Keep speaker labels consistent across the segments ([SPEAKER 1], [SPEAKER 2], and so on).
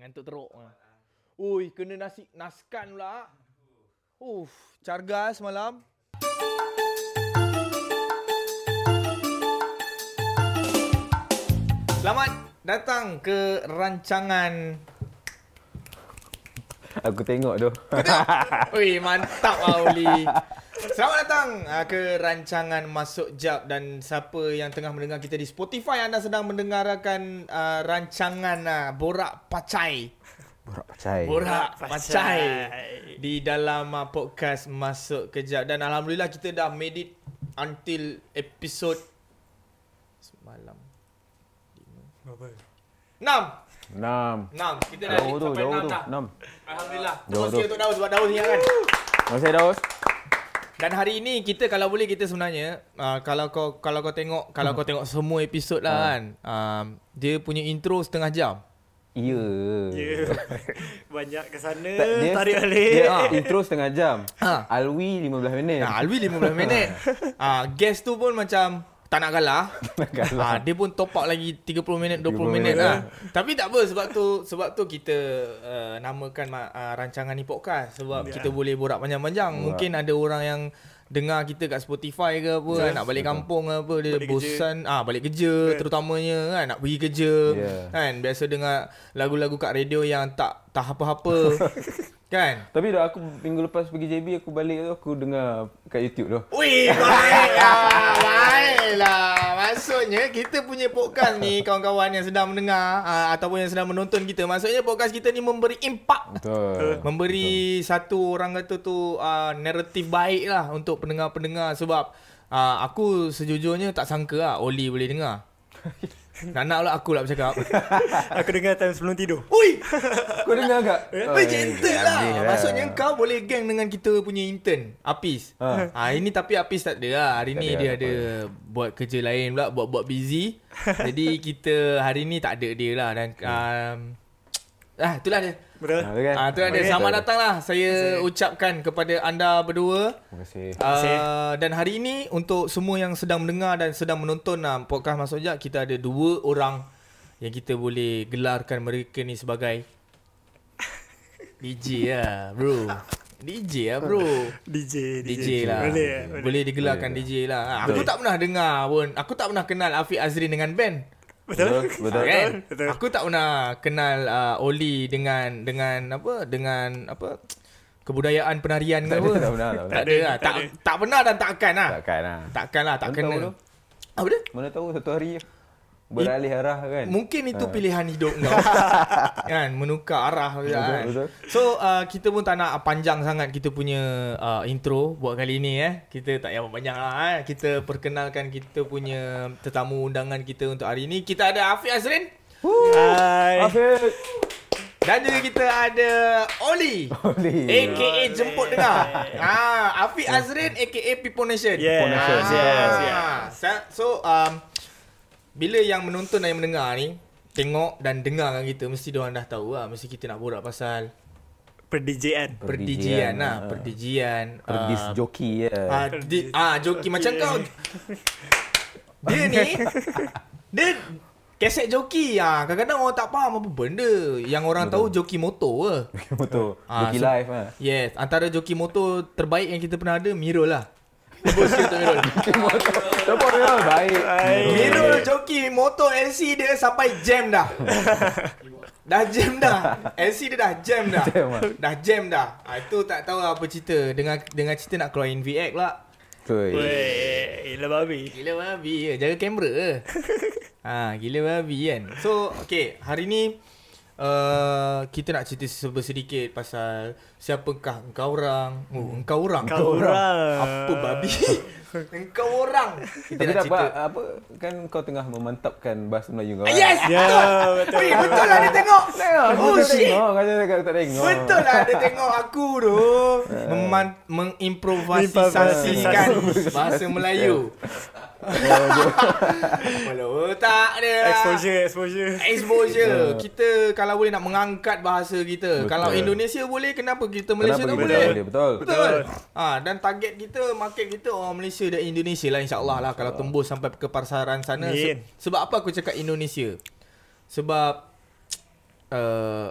[SPEAKER 1] Ngantuk teruk. Ha. Ui, kena nasi naskan pula. Uff, cargas malam. Selamat datang ke rancangan
[SPEAKER 2] Aku tengok tu.
[SPEAKER 1] Ui, mantap lah Oli. Selamat datang ah, ke rancangan Masuk Jap dan siapa yang tengah mendengar kita di Spotify anda sedang mendengarkan ah, rancangan ah, Borak Pacai.
[SPEAKER 2] Borak pacai.
[SPEAKER 1] Borak
[SPEAKER 3] Pacai.
[SPEAKER 1] Pacai di dalam ah, podcast Masuk Kejap dan alhamdulillah kita dah made it until episode semalam. Enam.
[SPEAKER 2] Enam.
[SPEAKER 1] Enam. Kita dah
[SPEAKER 2] Jauh tu,
[SPEAKER 1] sampai
[SPEAKER 2] jauh
[SPEAKER 1] enam
[SPEAKER 2] tu.
[SPEAKER 1] dah.
[SPEAKER 2] Enam.
[SPEAKER 1] Alhamdulillah.
[SPEAKER 2] Jauh
[SPEAKER 1] Terima kasih
[SPEAKER 2] tu.
[SPEAKER 1] untuk Daud sebab Daud ingatkan.
[SPEAKER 2] Terima kasih Daus.
[SPEAKER 1] Dan hari ini kita kalau boleh kita sebenarnya uh, kalau kau kalau kau tengok kalau kau tengok semua episod
[SPEAKER 2] Ah.
[SPEAKER 1] lah kan um, dia punya intro setengah jam.
[SPEAKER 2] Ya.
[SPEAKER 3] Ya. Banyak ke sana,
[SPEAKER 2] Tak, dia-
[SPEAKER 3] tarik
[SPEAKER 2] Dia
[SPEAKER 3] balik.
[SPEAKER 2] ah, intro setengah jam.
[SPEAKER 1] Ha.
[SPEAKER 2] Alwi 15 minit.
[SPEAKER 1] Nah, Alwi 15 minit. Ah uh, guest tu pun macam tak nak kalah.
[SPEAKER 2] nak kalah.
[SPEAKER 3] lah.
[SPEAKER 1] Ah dia pun top up lagi 30 minit 20, minit
[SPEAKER 2] 30 minit
[SPEAKER 1] lah.
[SPEAKER 3] eh.
[SPEAKER 1] Tapi tak apa sebab tu sebab tu kita uh, namakan ma- uh, rancangan ni podcast sebab
[SPEAKER 3] Ya.
[SPEAKER 1] kita boleh borak panjang-panjang.
[SPEAKER 2] Borak.
[SPEAKER 1] Mungkin ada orang yang dengar kita kat Spotify ke apa eh, nak balik kampung ke apa dia
[SPEAKER 3] Balik kerja.
[SPEAKER 1] bosan ah balik kerja terutamanya kan nak pergi kerja
[SPEAKER 2] Ya.
[SPEAKER 1] kan biasa dengar lagu-lagu kat radio yang tak tak apa-apa kan
[SPEAKER 2] Tapi dah aku minggu lepas pergi JB aku balik tu aku dengar kat YouTube tu.
[SPEAKER 1] Wih, baiklah, baiklah. Maksudnya kita punya podcast ni kawan-kawan yang sedang mendengar uh, ataupun yang sedang menonton kita. Maksudnya podcast kita ni memberi impak.
[SPEAKER 2] Betul.
[SPEAKER 1] Memberi satu orang kata tu uh, naratif baik lah untuk pendengar-pendengar sebab uh, aku sejujurnya tak sangka lah Oli boleh dengar. Nak-nak pula aku lah bercakap.
[SPEAKER 3] Aku dengar time sebelum tidur.
[SPEAKER 1] Ui,
[SPEAKER 2] Kau dengar tak?
[SPEAKER 1] Berjenta lah Maksudnya kau boleh geng dengan kita punya intern Apis ha.
[SPEAKER 2] Ha.
[SPEAKER 1] Ini tapi Apis tak ada lah Hari
[SPEAKER 2] Tak
[SPEAKER 1] ni
[SPEAKER 2] ada,
[SPEAKER 1] dia
[SPEAKER 2] tak
[SPEAKER 1] ada Buat kerja lain pula Buat-buat busy Jadi kita hari ni tak ada dia lah Dan um, Ah, itulah dia.
[SPEAKER 3] Betul?
[SPEAKER 2] Ha, tu kan?
[SPEAKER 1] Ah, itulah dia.
[SPEAKER 3] Okey.
[SPEAKER 1] Selamat datang lah. Saya ucapkan kepada anda berdua.
[SPEAKER 2] Terima kasih.
[SPEAKER 3] kasih.
[SPEAKER 1] Uh, dan hari ini untuk semua yang sedang mendengar dan sedang menonton uh, podcast Masuk Jap kita ada dua orang yang kita boleh gelarkan mereka ni sebagai DJ lah bro. DJ lah bro.
[SPEAKER 3] DJ,
[SPEAKER 1] DJ lah.
[SPEAKER 3] Boleh,
[SPEAKER 1] Boleh,
[SPEAKER 3] boleh.
[SPEAKER 1] digelarkan DJ lah. Ah, Aku tak pernah dengar pun. Aku tak pernah kenal Afiq Azrin dengan band.
[SPEAKER 3] Betul?
[SPEAKER 2] Betul, betul.
[SPEAKER 1] kan?
[SPEAKER 3] Betul.
[SPEAKER 1] Aku tak pernah kenal uh, Oli dengan dengan apa dengan apa kebudayaan penarian ke
[SPEAKER 2] Tak
[SPEAKER 1] apa.
[SPEAKER 2] ada, tak pernah, tak pernah.
[SPEAKER 1] Tak ada lah. Tak, tak pernah dan tak akan lah.
[SPEAKER 2] Takkan lah.
[SPEAKER 1] Takkan lah, tak
[SPEAKER 2] Mana tahu
[SPEAKER 1] kena.
[SPEAKER 2] tu?
[SPEAKER 1] Apa dia?
[SPEAKER 2] Mana tahu satu hari beralih arah kan.
[SPEAKER 1] Mungkin itu pilihan hidup kau. kan, menukar arah betul, kan.
[SPEAKER 2] betul.
[SPEAKER 1] So, uh, kita pun tak nak panjang sangat kita punya uh, intro buat kali ni eh. Kita tak payah panjang lah eh. Kita perkenalkan kita punya tetamu undangan kita untuk hari ni. Kita ada Afiq Azrin Eh.
[SPEAKER 3] Hai.
[SPEAKER 2] Afiq.
[SPEAKER 1] dan juga kita ada Oli.
[SPEAKER 2] Boleh.
[SPEAKER 1] AKA jemput dengar. Ah, Afiq Azrin AKA People Nation.
[SPEAKER 3] Yes,
[SPEAKER 2] Connection.
[SPEAKER 3] yes, yes.
[SPEAKER 1] Ah, sa- So um, Bila yang menonton dan yang mendengar ni Tengok dan dengarkan kita Mesti diorang dah tahu lah Mesti kita nak borak pasal
[SPEAKER 3] Per-DJan.
[SPEAKER 1] Perdijian
[SPEAKER 2] Perdijian,
[SPEAKER 1] lah
[SPEAKER 2] ah.
[SPEAKER 1] Perdijian
[SPEAKER 2] Perdis
[SPEAKER 1] ah,
[SPEAKER 2] joki ya.
[SPEAKER 1] ah, di, ah, joki Macam kau Dia ni Dia Keset joki ah, Kadang-kadang orang tak faham Apa benda Yang orang tahu Joki motor ke
[SPEAKER 2] Motor.
[SPEAKER 1] Ah,
[SPEAKER 2] Joki
[SPEAKER 1] so-
[SPEAKER 2] live ah.
[SPEAKER 1] Yes Antara joki motor Terbaik yang kita pernah ada Mirul lah Tebus sikit untuk Mirul
[SPEAKER 2] Support dia baik.
[SPEAKER 1] Mirul joki motor LC dia sampai jam dah. dah jam dah. LC dia dah jam dah.
[SPEAKER 2] Jam ah.
[SPEAKER 1] dah jam dah. Ha, itu tak tahu apa cerita. Dengan dengan cerita nak keluar NVX pula.
[SPEAKER 2] Betul.
[SPEAKER 3] Weh, gila babi.
[SPEAKER 1] Gila babi ya. Jaga kamera ke? ha, gila babi kan. So, okay. Hari ni uh, kita nak cerita serba sedikit pasal siapakah engkau orang. Oh, engkau orang.
[SPEAKER 3] Kau orang.
[SPEAKER 1] Apa babi? engkau orang. Kita
[SPEAKER 2] Tapi
[SPEAKER 1] nak
[SPEAKER 2] tak apa,
[SPEAKER 1] cerita.
[SPEAKER 2] apa kan kau tengah memantapkan bahasa Melayu
[SPEAKER 1] Ah,
[SPEAKER 2] kau.
[SPEAKER 1] Yes,
[SPEAKER 3] Ya,
[SPEAKER 1] betul. Weh, betul lah dia tengok.
[SPEAKER 2] Tengok,
[SPEAKER 1] Oh,
[SPEAKER 2] oh, tak
[SPEAKER 1] shit.
[SPEAKER 2] tengok. Kau cakap aku tak tengok.
[SPEAKER 1] Betul lah dia tengok aku tu Meman- Mengimprovisasikan bahasa Melayu Kepala otak dia lah.
[SPEAKER 3] Exposure, exposure.
[SPEAKER 1] Exposure Kita kalau boleh nak mengangkat bahasa kita
[SPEAKER 2] Betul.
[SPEAKER 1] Kalau Indonesia boleh Kenapa kita Malaysia
[SPEAKER 2] Kenapa
[SPEAKER 1] tak
[SPEAKER 2] kita
[SPEAKER 1] boleh?
[SPEAKER 2] tak boleh? Betul.
[SPEAKER 1] Betul. Ha, dan target kita, market kita orang Malaysia dan Indonesia lah insyaAllah lah kalau tembus sampai ke pasaran sana. Se-
[SPEAKER 3] Amin.
[SPEAKER 1] sebab apa aku cakap Indonesia? Sebab uh,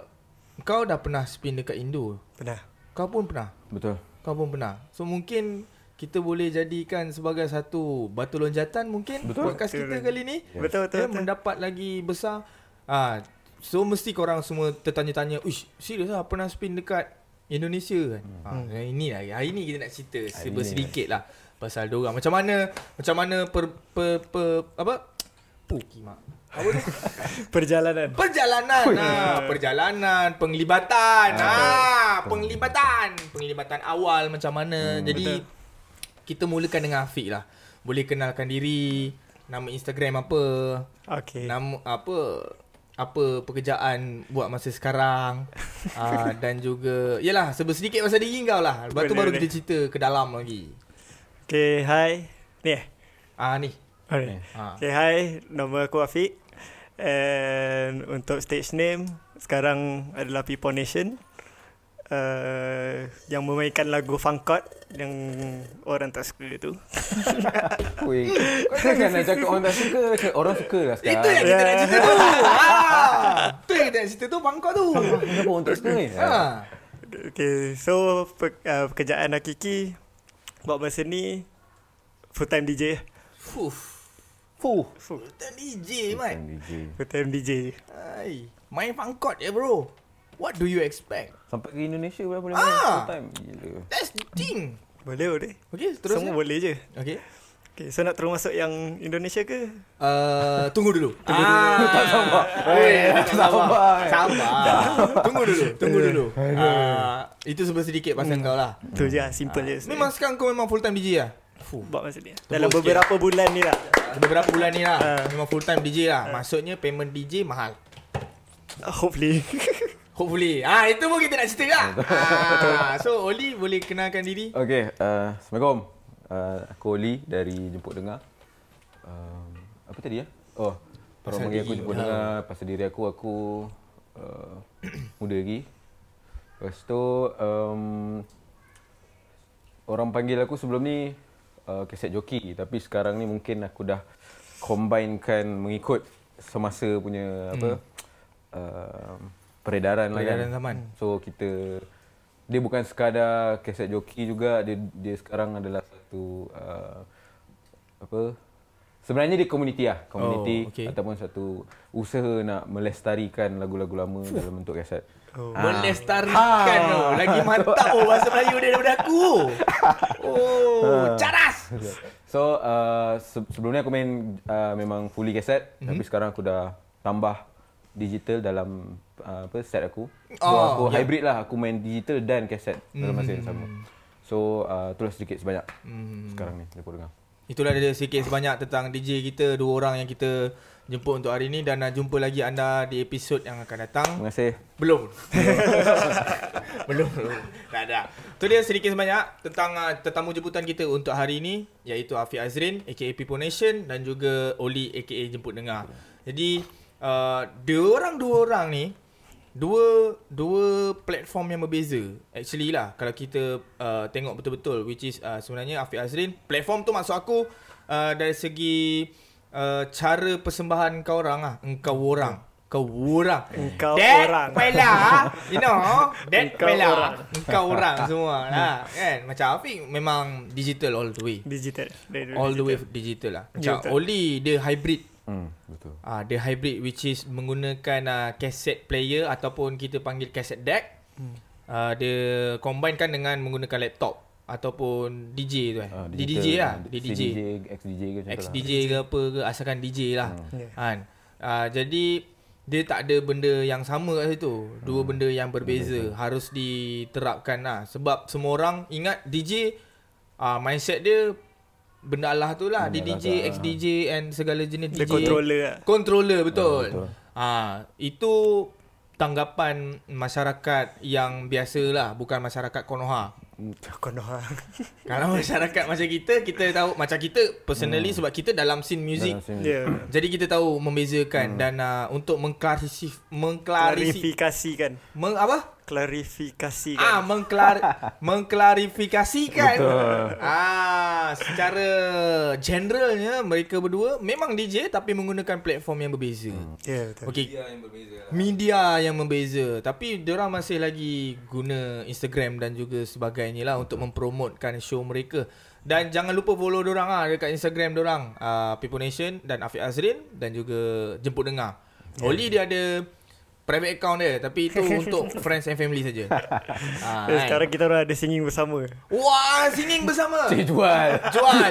[SPEAKER 1] Kau dah pernah spin dekat Indo.
[SPEAKER 3] Pernah
[SPEAKER 1] Kau pun pernah.
[SPEAKER 2] Betul.
[SPEAKER 1] Kau pun pernah. So mungkin kita boleh jadikan sebagai satu batu lonjatan mungkin
[SPEAKER 2] Betul.
[SPEAKER 1] podcast
[SPEAKER 3] Betul.
[SPEAKER 1] kita kali ni.
[SPEAKER 3] Betul, betul,
[SPEAKER 1] Ya,
[SPEAKER 3] betul.
[SPEAKER 1] mendapat lagi besar. Ah, so mesti korang semua tertanya-tanya, "Uish, serius lah pernah spin dekat Indonesia kan?" Hmm. Ah, ini lah hari ni kita nak cerita serba
[SPEAKER 2] ni.
[SPEAKER 1] sedikit lah pasal diorang. Macam mana macam mana per, per, per apa? Puki mak. Apa tu?
[SPEAKER 3] Perjalanan
[SPEAKER 1] Perjalanan ah, perjalanan, penglibatan. Ah, penglibatan. Penglibatan awal macam mana. Hmm, Jadi betul. kita mulakan dengan Afiq lah. Boleh kenalkan diri, nama Instagram apa,
[SPEAKER 3] Okay
[SPEAKER 1] nama apa apa pekerjaan buat masa sekarang ah, dan juga yalah serba sedikit pasal diri kau lah. Lepas tu
[SPEAKER 3] Boleh,
[SPEAKER 1] baru
[SPEAKER 3] boleh.
[SPEAKER 1] kita cerita ke dalam lagi.
[SPEAKER 3] Okay hi Ni eh
[SPEAKER 1] Ah ni.
[SPEAKER 3] Alright.
[SPEAKER 1] Ah.
[SPEAKER 3] Okay, hi. Nama aku Afiq. And untuk stage name, sekarang adalah People Nation. Uh, yang memainkan lagu Funkot yang orang tak suka tu.
[SPEAKER 2] Weh, kau jangan nak cakap orang tak suka. Cakap Orang suka lah sekarang.
[SPEAKER 1] Itu yang kita nak cerita tu. Ah, tu yang kita nak cerita tu bangkok tu.
[SPEAKER 2] Kenapa orang tak suka ni?
[SPEAKER 1] Ah.
[SPEAKER 3] Okay, so pe- uh, pekerjaan Hakiki buat masa ni full time DJ.
[SPEAKER 1] Fuh.
[SPEAKER 2] Fuh.
[SPEAKER 3] Full
[SPEAKER 1] Kita DJ Mat
[SPEAKER 2] DJ.
[SPEAKER 3] full time DJ.
[SPEAKER 1] Hai Main pangkot ya bro What do you expect?
[SPEAKER 2] Sampai ke Indonesia pun boleh
[SPEAKER 1] Ah.
[SPEAKER 2] main full time. Gila.
[SPEAKER 1] That's the thing
[SPEAKER 3] Boleh, boleh.
[SPEAKER 1] Okay
[SPEAKER 3] Terus
[SPEAKER 1] terusnya
[SPEAKER 3] Semua boleh je.
[SPEAKER 1] Okay
[SPEAKER 3] Okay, so nak terus masuk yang Indonesia ke?
[SPEAKER 1] Uh, tunggu dulu. Tunggu dulu. Tak sabar. tak sabar. Sabar. Tunggu dulu. Tunggu dulu. Uh, itu sebab sedikit pasal kau lah.
[SPEAKER 3] Tu je lah, simple je.
[SPEAKER 1] Ah, Memang sekarang kau memang full time DJ lah. Fuh.
[SPEAKER 3] buat masa ni. Dalam
[SPEAKER 1] sikit.
[SPEAKER 3] beberapa bulan ni lah.
[SPEAKER 1] Beberapa bulan ni lah.
[SPEAKER 3] Ah.
[SPEAKER 1] Memang full time DJ lah. Maksudnya payment DJ mahal.
[SPEAKER 3] Hopefully.
[SPEAKER 1] Hopefully. Ah itu pun kita nak cerita lah. Ah, so Oli boleh kenalkan diri.
[SPEAKER 2] Okay, uh, Assalamualaikum. Uh, aku Oli dari Jemput Dengar. Um, apa tadi ya? Oh,
[SPEAKER 1] Pasal
[SPEAKER 2] orang panggil aku
[SPEAKER 1] diri.
[SPEAKER 2] Jemput
[SPEAKER 1] Ha.
[SPEAKER 2] Dengar. Pasal diri aku, aku uh, muda lagi. Lepas tu, um, orang panggil aku sebelum ni uh, keset joki. Tapi sekarang ni mungkin aku dah combinekan mengikut semasa punya apa uh, peredaran, lah
[SPEAKER 1] Hmm. Peredaran
[SPEAKER 2] kan.
[SPEAKER 1] zaman.
[SPEAKER 2] So kita dia bukan sekadar kaset joki juga dia dia sekarang adalah satu uh, apa sebenarnya dia komuniti lah komuniti
[SPEAKER 1] Oh, okey.
[SPEAKER 2] ataupun satu usaha nak melestarikan lagu-lagu lama dalam bentuk kaset.
[SPEAKER 3] Oh.
[SPEAKER 1] Melestarikan oh.
[SPEAKER 2] Ah.
[SPEAKER 1] Lagi mantap oh bahasa Melayu dia daripada aku. Oh, caras.
[SPEAKER 2] So uh, se- sebelum ni aku main uh, memang fully kaset
[SPEAKER 1] Mhm.
[SPEAKER 2] mm-hmm. tapi sekarang aku dah tambah digital dalam uh, apa set aku. So
[SPEAKER 1] Oh,
[SPEAKER 2] aku
[SPEAKER 1] ya. Mhm.
[SPEAKER 2] hybrid lah aku main digital dan kaset dalam masa yang sama. So uh, itulah sedikit sebanyak mm. sekarang ni aku dengar.
[SPEAKER 1] Itulah dia sikit sebanyak tentang DJ kita dua orang yang kita jemput untuk hari ni dan nak jumpa lagi anda di episod yang akan datang.
[SPEAKER 2] Terima kasih.
[SPEAKER 1] Belum. Belum. belum. Tak ada. Tu dia sedikit sebanyak tentang uh, tetamu jemputan kita untuk hari ini iaitu Afiq Azrin aka People Nation dan juga Oli aka Jemput Dengar. Jadi uh, dua orang dua orang ni dua dua platform yang berbeza. Actually lah kalau kita uh, tengok betul-betul which is uh, sebenarnya Afiq Azrin platform tu maksud aku uh, dari segi uh, cara persembahan kau orang lah, engkau orang. Kau orang
[SPEAKER 3] Engkau
[SPEAKER 1] that
[SPEAKER 3] orang.
[SPEAKER 1] Pela You know That
[SPEAKER 3] Engkau
[SPEAKER 1] Pela
[SPEAKER 3] orang.
[SPEAKER 1] Engkau orang semua lah Kan Macam Afiq memang Digital all the way
[SPEAKER 3] Digital. Dari
[SPEAKER 1] All the way
[SPEAKER 3] digital.
[SPEAKER 1] digital lah
[SPEAKER 3] Ya,
[SPEAKER 1] Macam
[SPEAKER 3] betul.
[SPEAKER 1] Oli Dia hybrid
[SPEAKER 2] Hmm, betul.
[SPEAKER 1] Ah, Dia hybrid which is Menggunakan ah, cassette player Ataupun kita panggil cassette deck
[SPEAKER 3] Hmm.
[SPEAKER 1] Ah, Dia Combinekan dengan Menggunakan laptop Ataupun DJ tu eh
[SPEAKER 2] Ah,
[SPEAKER 1] Dia
[SPEAKER 2] digital,
[SPEAKER 1] DJ lah
[SPEAKER 2] ah,
[SPEAKER 1] Dia
[SPEAKER 2] CDJ, XDJ ke macam tu lah.
[SPEAKER 1] ex DJ ke apa ke asalkan DJ lah. Hmm.
[SPEAKER 3] Yeah.
[SPEAKER 1] Kan. Ah, jadi dia tak ada benda yang sama kat situ.
[SPEAKER 2] Hmm.
[SPEAKER 1] Dua benda yang berbeza harus diterapkan lah sebab semua orang ingat DJ ah mindset dia benda Allah tu lah. Dia
[SPEAKER 2] Benda
[SPEAKER 1] DJ,
[SPEAKER 2] Allah tu,
[SPEAKER 1] ex DJ and segala jenis
[SPEAKER 3] The
[SPEAKER 1] DJ.
[SPEAKER 3] controller lah.
[SPEAKER 1] Controller betul.
[SPEAKER 2] Ah, betul.
[SPEAKER 1] Ah, itu tanggapan masyarakat yang biasalah bukan masyarakat Konoha.
[SPEAKER 3] Konoha.
[SPEAKER 1] Kalau masyarakat macam kita, kita tahu macam kita personally hmm. sebab kita dalam scene music.
[SPEAKER 2] Dalam sini.
[SPEAKER 3] Ya.
[SPEAKER 1] Jadi kita tahu membezakan hmm. dan uh, untuk mengklarisi mengklarisi
[SPEAKER 3] Klarifikasikan.
[SPEAKER 1] meng, apa? Ah,
[SPEAKER 3] mengklarifikasikan.
[SPEAKER 1] mengklar mengklarifikasikan.
[SPEAKER 2] Betul.
[SPEAKER 1] Ah, secara generalnya mereka berdua memang DJ tapi menggunakan platform yang berbeza.
[SPEAKER 3] Ya, betul.
[SPEAKER 1] Okey,
[SPEAKER 2] Media yang berbeza lah.
[SPEAKER 1] media yang membeza tapi diorang masih lagi guna Instagram dan juga sebagainya lah untuk mempromotkan show mereka dan jangan lupa follow diorang ah dekat Instagram diorang uh, People Nation dan Afiq Azrin dan juga Jemput Dengar
[SPEAKER 3] Ya.
[SPEAKER 1] Oli dia ada private account dia tapi itu untuk friends and family saja. ah,
[SPEAKER 3] Dan Eh, sekarang kita orang ada singing bersama.
[SPEAKER 1] Wah, singing bersama.
[SPEAKER 2] Cik jual.
[SPEAKER 1] Jual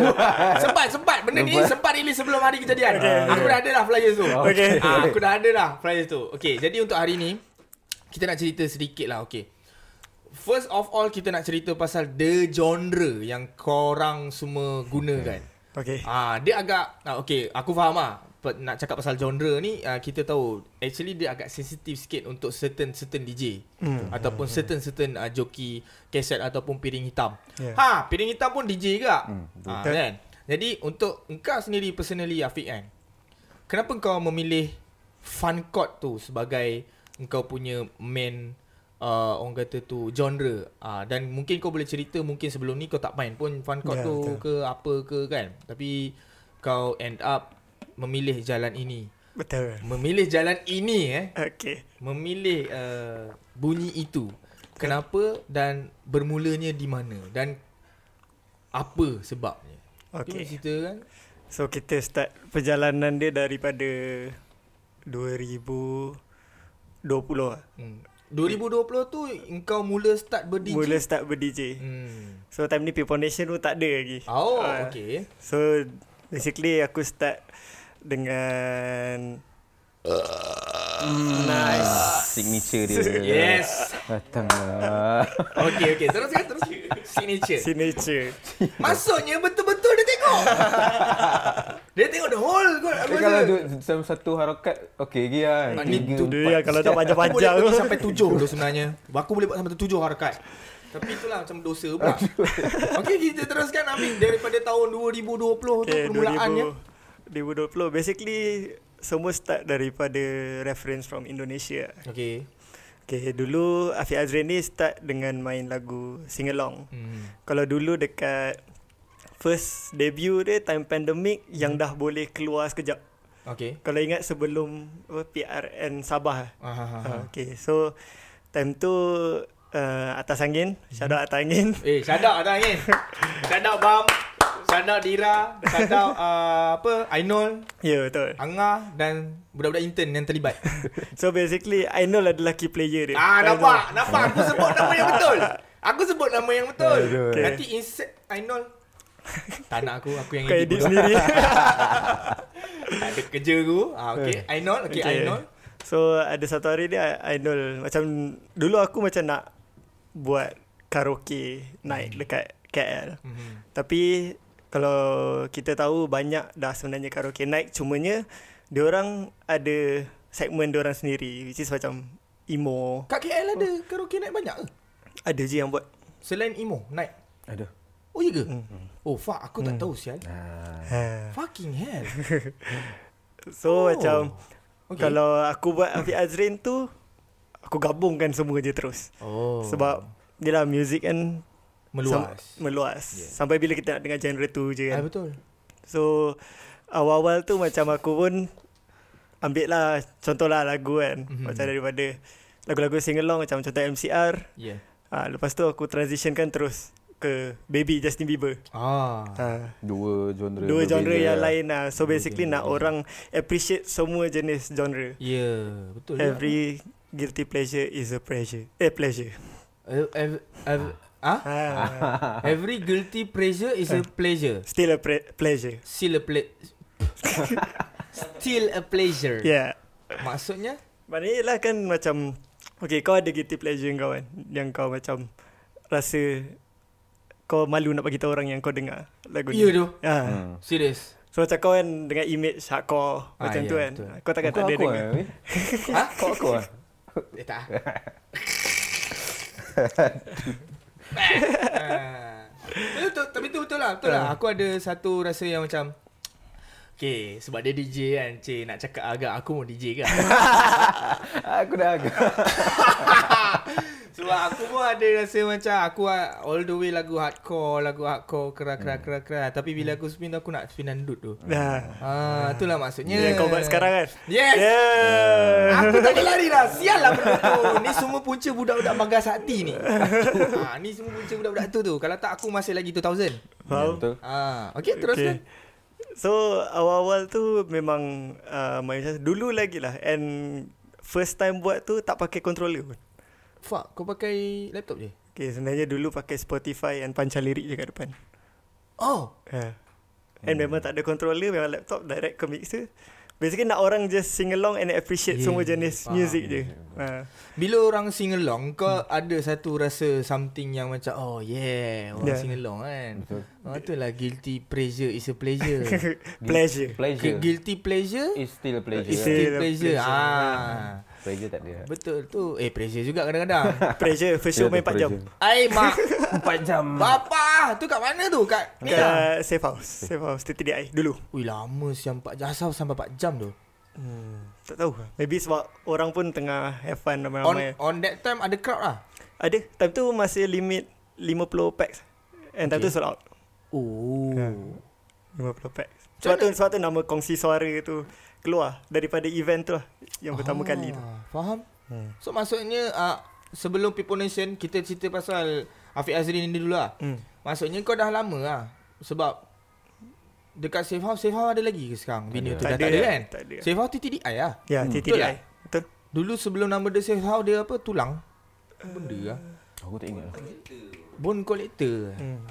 [SPEAKER 1] Sempat sempat Benda ni sempat rilis sebelum hari kejadian Aku dah ada dah flyers tu
[SPEAKER 3] Okay.
[SPEAKER 1] Ah, Aku dah ada dah flyers tu Okay jadi untuk hari ni Kita nak cerita sedikit lah Okay First of all kita nak cerita pasal The genre yang korang semua gunakan
[SPEAKER 3] Okey.
[SPEAKER 1] Ah, Dia agak ah, Okay aku faham lah Pe- nak cakap pasal genre ni ah, Kita tahu Actually dia agak sensitif sikit Untuk certain certain DJ hmm. Ataupun certain certain ah, joki Kaset ataupun piring hitam
[SPEAKER 3] Yeah.
[SPEAKER 1] Ha piring hitam pun DJ juga hmm, ha,
[SPEAKER 3] betul.
[SPEAKER 1] kan? Jadi untuk engkau sendiri personally Afiq kan Kenapa kau memilih fun chord tu sebagai engkau punya main uh, orang kata tu genre uh, dan mungkin kau boleh cerita mungkin sebelum ni kau tak main pun fun chord yeah,
[SPEAKER 3] Ya,
[SPEAKER 1] tu
[SPEAKER 3] betul.
[SPEAKER 1] ke apa ke kan tapi kau end up memilih jalan ini
[SPEAKER 3] Betul.
[SPEAKER 1] memilih jalan ini eh
[SPEAKER 3] Okey.
[SPEAKER 1] memilih uh, bunyi itu kenapa dan bermulanya di mana dan apa sebabnya
[SPEAKER 3] Okey.
[SPEAKER 1] okay. cerita kan
[SPEAKER 3] So kita start perjalanan dia daripada 2020 lah.
[SPEAKER 1] hmm. 2020 tu engkau mula start ber-DJ
[SPEAKER 3] Mula start ber-DJ.
[SPEAKER 1] hmm.
[SPEAKER 3] So time ni People Nation tu tak ada lagi.
[SPEAKER 1] oh
[SPEAKER 3] Ah,
[SPEAKER 1] okay
[SPEAKER 3] So basically aku start dengan nice.
[SPEAKER 2] Signature dia. lah.
[SPEAKER 1] yes
[SPEAKER 2] Datanglah.
[SPEAKER 1] okay okay teruskan terus signature
[SPEAKER 3] Signature.
[SPEAKER 1] maksudnya betul-betul dia tengok dia tengok the whole kot aku
[SPEAKER 2] Eh, kalau
[SPEAKER 1] rasa
[SPEAKER 2] duduk dalam satu harakat, okey lagi lah.
[SPEAKER 1] Ah, ni
[SPEAKER 2] Tiga,
[SPEAKER 1] tu
[SPEAKER 2] empat.
[SPEAKER 3] Dia kalau tak
[SPEAKER 1] aku boleh
[SPEAKER 3] panjang-panjang
[SPEAKER 1] pergi
[SPEAKER 3] tu.
[SPEAKER 1] sampai tujuh tu sebenarnya aku boleh buat sampai tujuh harakat tapi itulah macam dosa pula Okey kita teruskan Amin daripada tahun 2020 tu ya.
[SPEAKER 3] Okay,
[SPEAKER 1] permulaannya
[SPEAKER 3] 2000, 2020 basically semua start daripada reference from Indonesia.
[SPEAKER 1] okey
[SPEAKER 3] Okay, dulu Afiq Azrin ni start dengan main lagu sing along.
[SPEAKER 1] hmm.
[SPEAKER 3] Kalau dulu dekat first debut dia time pandemic yang dah boleh keluar sekejap.
[SPEAKER 1] okey
[SPEAKER 3] Kalau ingat sebelum apa, PRN Sabah.
[SPEAKER 1] Ah, ah, ah, ah.
[SPEAKER 3] Uh, okay, so time tu uh, atas angin, shout out atas angin.
[SPEAKER 1] Eh, shout out dah Angin. Shout out Bam. Shout out Dira. Shout out uh, apa? Ainul,
[SPEAKER 3] Ya yeah, betul.
[SPEAKER 1] Angah dan budak-budak intern yang terlibat.
[SPEAKER 3] So basically Ainul adalah key player dia.
[SPEAKER 1] Ah,
[SPEAKER 3] Time tu.
[SPEAKER 1] nampak, nampak aku sebut nama yang betul. Aku sebut nama yang betul.
[SPEAKER 2] Aduh.
[SPEAKER 1] Okay. Nanti insert Ainul. Tak nak aku, aku yang
[SPEAKER 3] Kau edit
[SPEAKER 1] edit. pula.
[SPEAKER 3] sendiri.
[SPEAKER 1] Tak ada kerja aku. Ah, okey. Ainul, okey
[SPEAKER 3] Eh. Okay.
[SPEAKER 1] Ainul.
[SPEAKER 3] So ada satu hari dia Ainul macam dulu aku macam nak buat karaoke night dekat KL.
[SPEAKER 1] Mhm.
[SPEAKER 3] Tapi kalau kita tahu banyak dah sebenarnya karaoke night cumanya dia orang ada segmen dia orang sendiri which is macam emo.
[SPEAKER 1] Kat KL
[SPEAKER 3] Oh.
[SPEAKER 1] ada karaoke night banyak ke?
[SPEAKER 3] Ada je yang buat.
[SPEAKER 1] Selain emo night.
[SPEAKER 2] Aduh.
[SPEAKER 1] Oh, iya ke?
[SPEAKER 3] Hmm.
[SPEAKER 1] Oh, fuck, aku tak tahu sial.
[SPEAKER 2] Ah.
[SPEAKER 3] Ha.
[SPEAKER 1] Fucking hell.
[SPEAKER 3] So oh.
[SPEAKER 1] Oh.
[SPEAKER 3] macam
[SPEAKER 1] Okay.
[SPEAKER 3] okay. kalau aku buat Afiq Azrin tu aku gabungkan semua je terus.
[SPEAKER 1] Oh.
[SPEAKER 3] Oh. Sebab yelah music kan
[SPEAKER 1] meluas.
[SPEAKER 3] Sam- meluas. Yeah. Sampai bila kita nak dengar genre tu je
[SPEAKER 1] Ah,
[SPEAKER 3] kan.
[SPEAKER 1] betul.
[SPEAKER 3] So awal-awal tu macam aku pun ambil lah contohlah lagu kan.
[SPEAKER 1] Mhm.
[SPEAKER 3] Mm-hmm. Macam daripada lagu-lagu sing along macam contoh MCR.
[SPEAKER 1] Ya. Yeah.
[SPEAKER 3] Ha, lepas tu aku transitionkan terus ke Baby Justin Bieber.
[SPEAKER 1] Ah. ya.
[SPEAKER 3] Ha,
[SPEAKER 2] Dua genre
[SPEAKER 3] dua
[SPEAKER 2] berbeza
[SPEAKER 3] genre yang
[SPEAKER 2] lah.
[SPEAKER 3] lain lah. So basically nak orang appreciate semua jenis genre.
[SPEAKER 1] Ya, yeah, betul.
[SPEAKER 3] Every guilty pleasure is a pleasure. Eh pleasure.
[SPEAKER 1] ev, Eh, ev, ev, ah?
[SPEAKER 3] Ha,
[SPEAKER 1] Every guilty pleasure is a pleasure.
[SPEAKER 3] still a pre- pleasure.
[SPEAKER 1] Still a ple Still a pleasure.
[SPEAKER 3] Yeah.
[SPEAKER 1] Maksudnya?
[SPEAKER 3] Maknanya lah kan macam Okay kau ada guilty pleasure kau kan Yang kau macam Rasa Kau malu nak bagi tahu orang yang kau dengar Lagu ni
[SPEAKER 1] Ya tu.
[SPEAKER 3] ha.
[SPEAKER 2] Hmm.
[SPEAKER 1] Serius.
[SPEAKER 3] So macam kau kan Dengan image hardcore
[SPEAKER 1] Ah,
[SPEAKER 3] Macam
[SPEAKER 1] ya,
[SPEAKER 3] tu kan
[SPEAKER 1] betul.
[SPEAKER 3] Kau takkan tak ada
[SPEAKER 2] aku
[SPEAKER 3] dengar
[SPEAKER 2] eh?
[SPEAKER 1] Ha?
[SPEAKER 2] Kau aku ah.
[SPEAKER 1] Eh tak. Ah. Betul, betul, tapi tu betul lah, betul
[SPEAKER 3] Eh.
[SPEAKER 1] lah. Aku ada satu rasa yang macam Okay, sebab dia DJ kan Cik nak cakap agak Aku mau DJ kan
[SPEAKER 2] Aku dah agak.
[SPEAKER 1] aku pun ada rasa macam aku ah, all the way lagu hardcore, lagu hardcore kera kera
[SPEAKER 3] Hmm.
[SPEAKER 1] kera kera. Tapi bila aku spin aku nak spin dangdut tu.
[SPEAKER 3] Nah.
[SPEAKER 1] Ah, itulah maksudnya.
[SPEAKER 3] Yeah. Ha. Hmm. Yang kau buat sekarang kan?
[SPEAKER 1] Yes.
[SPEAKER 3] Yeah.
[SPEAKER 1] Aku tak boleh lari dah. Sial lah benda tu. Ni semua punca budak-budak bagas hati ni. ha, ni semua punca budak-budak tu tu. Kalau tak aku masih lagi 2000.
[SPEAKER 3] Wow.
[SPEAKER 2] Betul.
[SPEAKER 1] Ha, okey teruskan.
[SPEAKER 3] Okay. So awal-awal tu memang uh, main macam dulu lagi lah and first time buat tu tak pakai controller pun.
[SPEAKER 1] Fuck, kau pakai laptop je?
[SPEAKER 3] Okay sebenarnya dulu pakai Spotify and pancar lirik je kat depan.
[SPEAKER 1] Oh.
[SPEAKER 3] Yeah. Eh. And hmm. memang tak ada controller memang laptop direct ke mixer. Basically nak orang just sing along and appreciate
[SPEAKER 1] Yeah,
[SPEAKER 3] yeah, semua jenis
[SPEAKER 1] faham.
[SPEAKER 3] music je. Ha.
[SPEAKER 1] Bila orang sing along, kau ada satu rasa something yang macam, oh yeah, orang yeah.
[SPEAKER 3] Yeah.
[SPEAKER 1] sing along kan.
[SPEAKER 2] Betul.
[SPEAKER 1] Oh, itulah guilty pleasure is a pleasure.
[SPEAKER 3] Pleasure.
[SPEAKER 2] Pleasure.
[SPEAKER 1] Gu- guilty pleasure
[SPEAKER 2] Is still pleasure.
[SPEAKER 1] is
[SPEAKER 3] It's
[SPEAKER 2] Still.
[SPEAKER 1] still
[SPEAKER 3] Still a
[SPEAKER 1] pleasure.
[SPEAKER 3] pleasure.
[SPEAKER 1] Ah.
[SPEAKER 2] Pleasure tak ada.
[SPEAKER 1] Betul tu. Eh, pressure juga kadang-kadang.
[SPEAKER 3] Pleasure for sure main 4 jam.
[SPEAKER 1] Ai mak,
[SPEAKER 2] 4 jam.
[SPEAKER 1] bapa tu kat mana tu? Kat ni lah.
[SPEAKER 3] Kat Ah, safe house. Safe house TTDI dulu.
[SPEAKER 1] Ui lama siang 4 jam Asal sampai 4 jam tu
[SPEAKER 3] Hmm, tak tahu. Maybe sebab orang pun tengah have fun
[SPEAKER 1] on,
[SPEAKER 3] ramai-ramai.
[SPEAKER 1] on that time ada crowd lah
[SPEAKER 3] Ada. Time tu masih limit 50 packs. And time
[SPEAKER 1] Okay.
[SPEAKER 3] tu sold out.
[SPEAKER 1] Oh
[SPEAKER 3] Ya. 50 packs. Sebab tu, sebab tu nama kongsi suara tu keluar daripada event tu lah. Yang
[SPEAKER 1] Ah.
[SPEAKER 3] pertama kali tu.
[SPEAKER 1] Faham
[SPEAKER 3] Hmm.
[SPEAKER 1] So maksudnya uh, Sebelum People Nation Kita cerita pasal Afiq Azrin ni dulu lah
[SPEAKER 3] Hmm.
[SPEAKER 1] Maksudnya kau dah lama lah Sebab Dekat safe house Safe house ada lagi ke sekarang Bini tu dah
[SPEAKER 3] Tak ada
[SPEAKER 1] tak ada
[SPEAKER 3] dah.
[SPEAKER 1] kan
[SPEAKER 3] Tak ada.
[SPEAKER 1] Safe house TTDI lah
[SPEAKER 3] Ya,
[SPEAKER 2] Hmm.
[SPEAKER 3] hmm.
[SPEAKER 1] Betul tak?
[SPEAKER 3] TTDI. Betul.
[SPEAKER 1] Dulu sebelum nama dia safe house Dia apa tulang Benda lah
[SPEAKER 2] Aku tak ingat.
[SPEAKER 1] Bone collector
[SPEAKER 3] Hmm.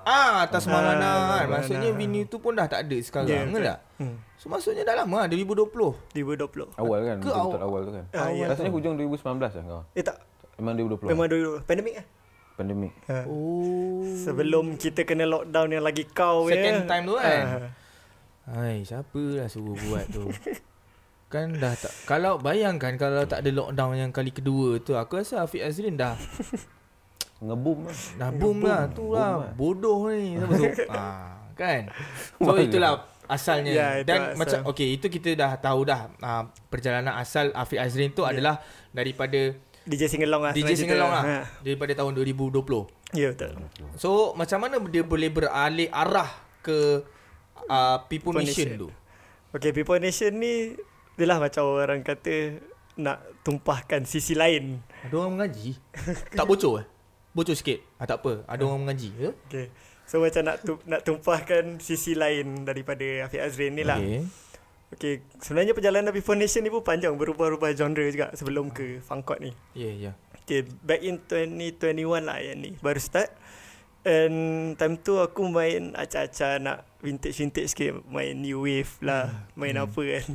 [SPEAKER 1] Ah atas
[SPEAKER 3] Ah,
[SPEAKER 1] Maulana kan
[SPEAKER 3] Maulana.
[SPEAKER 1] Maksudnya Vini tu pun dah tak ada
[SPEAKER 3] Ya,
[SPEAKER 1] sekarang yeah,
[SPEAKER 3] betul.
[SPEAKER 1] tak
[SPEAKER 3] Hmm.
[SPEAKER 1] So maksudnya dah lama lah 2020
[SPEAKER 3] 2020.
[SPEAKER 2] Awal kan?
[SPEAKER 1] Ke
[SPEAKER 2] Betul-betul
[SPEAKER 1] awal?
[SPEAKER 2] awal tu kan?
[SPEAKER 3] Ah, ya.
[SPEAKER 2] Rasanya hujung 2019 lah kau.
[SPEAKER 3] Eh tak.
[SPEAKER 2] Memang 2020.
[SPEAKER 3] Memang dulu. Pandemik lah.
[SPEAKER 2] pandemik.
[SPEAKER 3] Ha.
[SPEAKER 1] Oh
[SPEAKER 3] Sebelum kita kena lockdown yang lagi kau
[SPEAKER 1] Second
[SPEAKER 3] ya.
[SPEAKER 1] time tu kan?
[SPEAKER 3] Ah.
[SPEAKER 1] Hai siapa lah suruh buat tu Kan dah tak Kalau bayangkan Kalau tak ada lockdown yang kali kedua tu Aku rasa Afiq Azrin dah
[SPEAKER 2] Ngeboom lah.
[SPEAKER 3] Ya,
[SPEAKER 1] Dah boom lah Tu lah Bodoh ni Siapa tu ah, Kan So
[SPEAKER 2] Malah.
[SPEAKER 1] itulah Asalnya
[SPEAKER 3] Ya, itu
[SPEAKER 1] Dan
[SPEAKER 3] asal.
[SPEAKER 1] macam Okay itu kita dah tahu dah ah, Perjalanan asal Afiq Azrin
[SPEAKER 3] Ya.
[SPEAKER 1] tu adalah Daripada
[SPEAKER 3] DJ sing along lah.
[SPEAKER 1] DJ
[SPEAKER 3] senang cerita.
[SPEAKER 1] Singalong
[SPEAKER 3] Ha.
[SPEAKER 1] lah Daripada tahun 2020
[SPEAKER 3] Ya betul.
[SPEAKER 1] So macam mana dia boleh beralih arah ke uh, People
[SPEAKER 3] People
[SPEAKER 1] Nation
[SPEAKER 3] Nation.
[SPEAKER 1] tu?
[SPEAKER 3] Okay, People Nation ni Yelah macam orang kata Nak tumpahkan sisi lain
[SPEAKER 1] Ada orang mengaji. tak bocor eh? Bocor sikit. Ah tak apa. Ada orang mengaji ya? ke?
[SPEAKER 3] Okay So macam nak tu, nak tumpahkan sisi lain daripada Afiq Azrin ni lah okay. okay Sebenarnya perjalanan People Nation ni pun panjang Berubah-ubah genre juga sebelum ke Fangkot ni
[SPEAKER 1] Ya yeah, ya. Yeah.
[SPEAKER 3] Okay back in 2021 lah yang ni Baru start And time tu aku main acah-acah nak vintage-vintage sikit Main new wave lah Main apa kan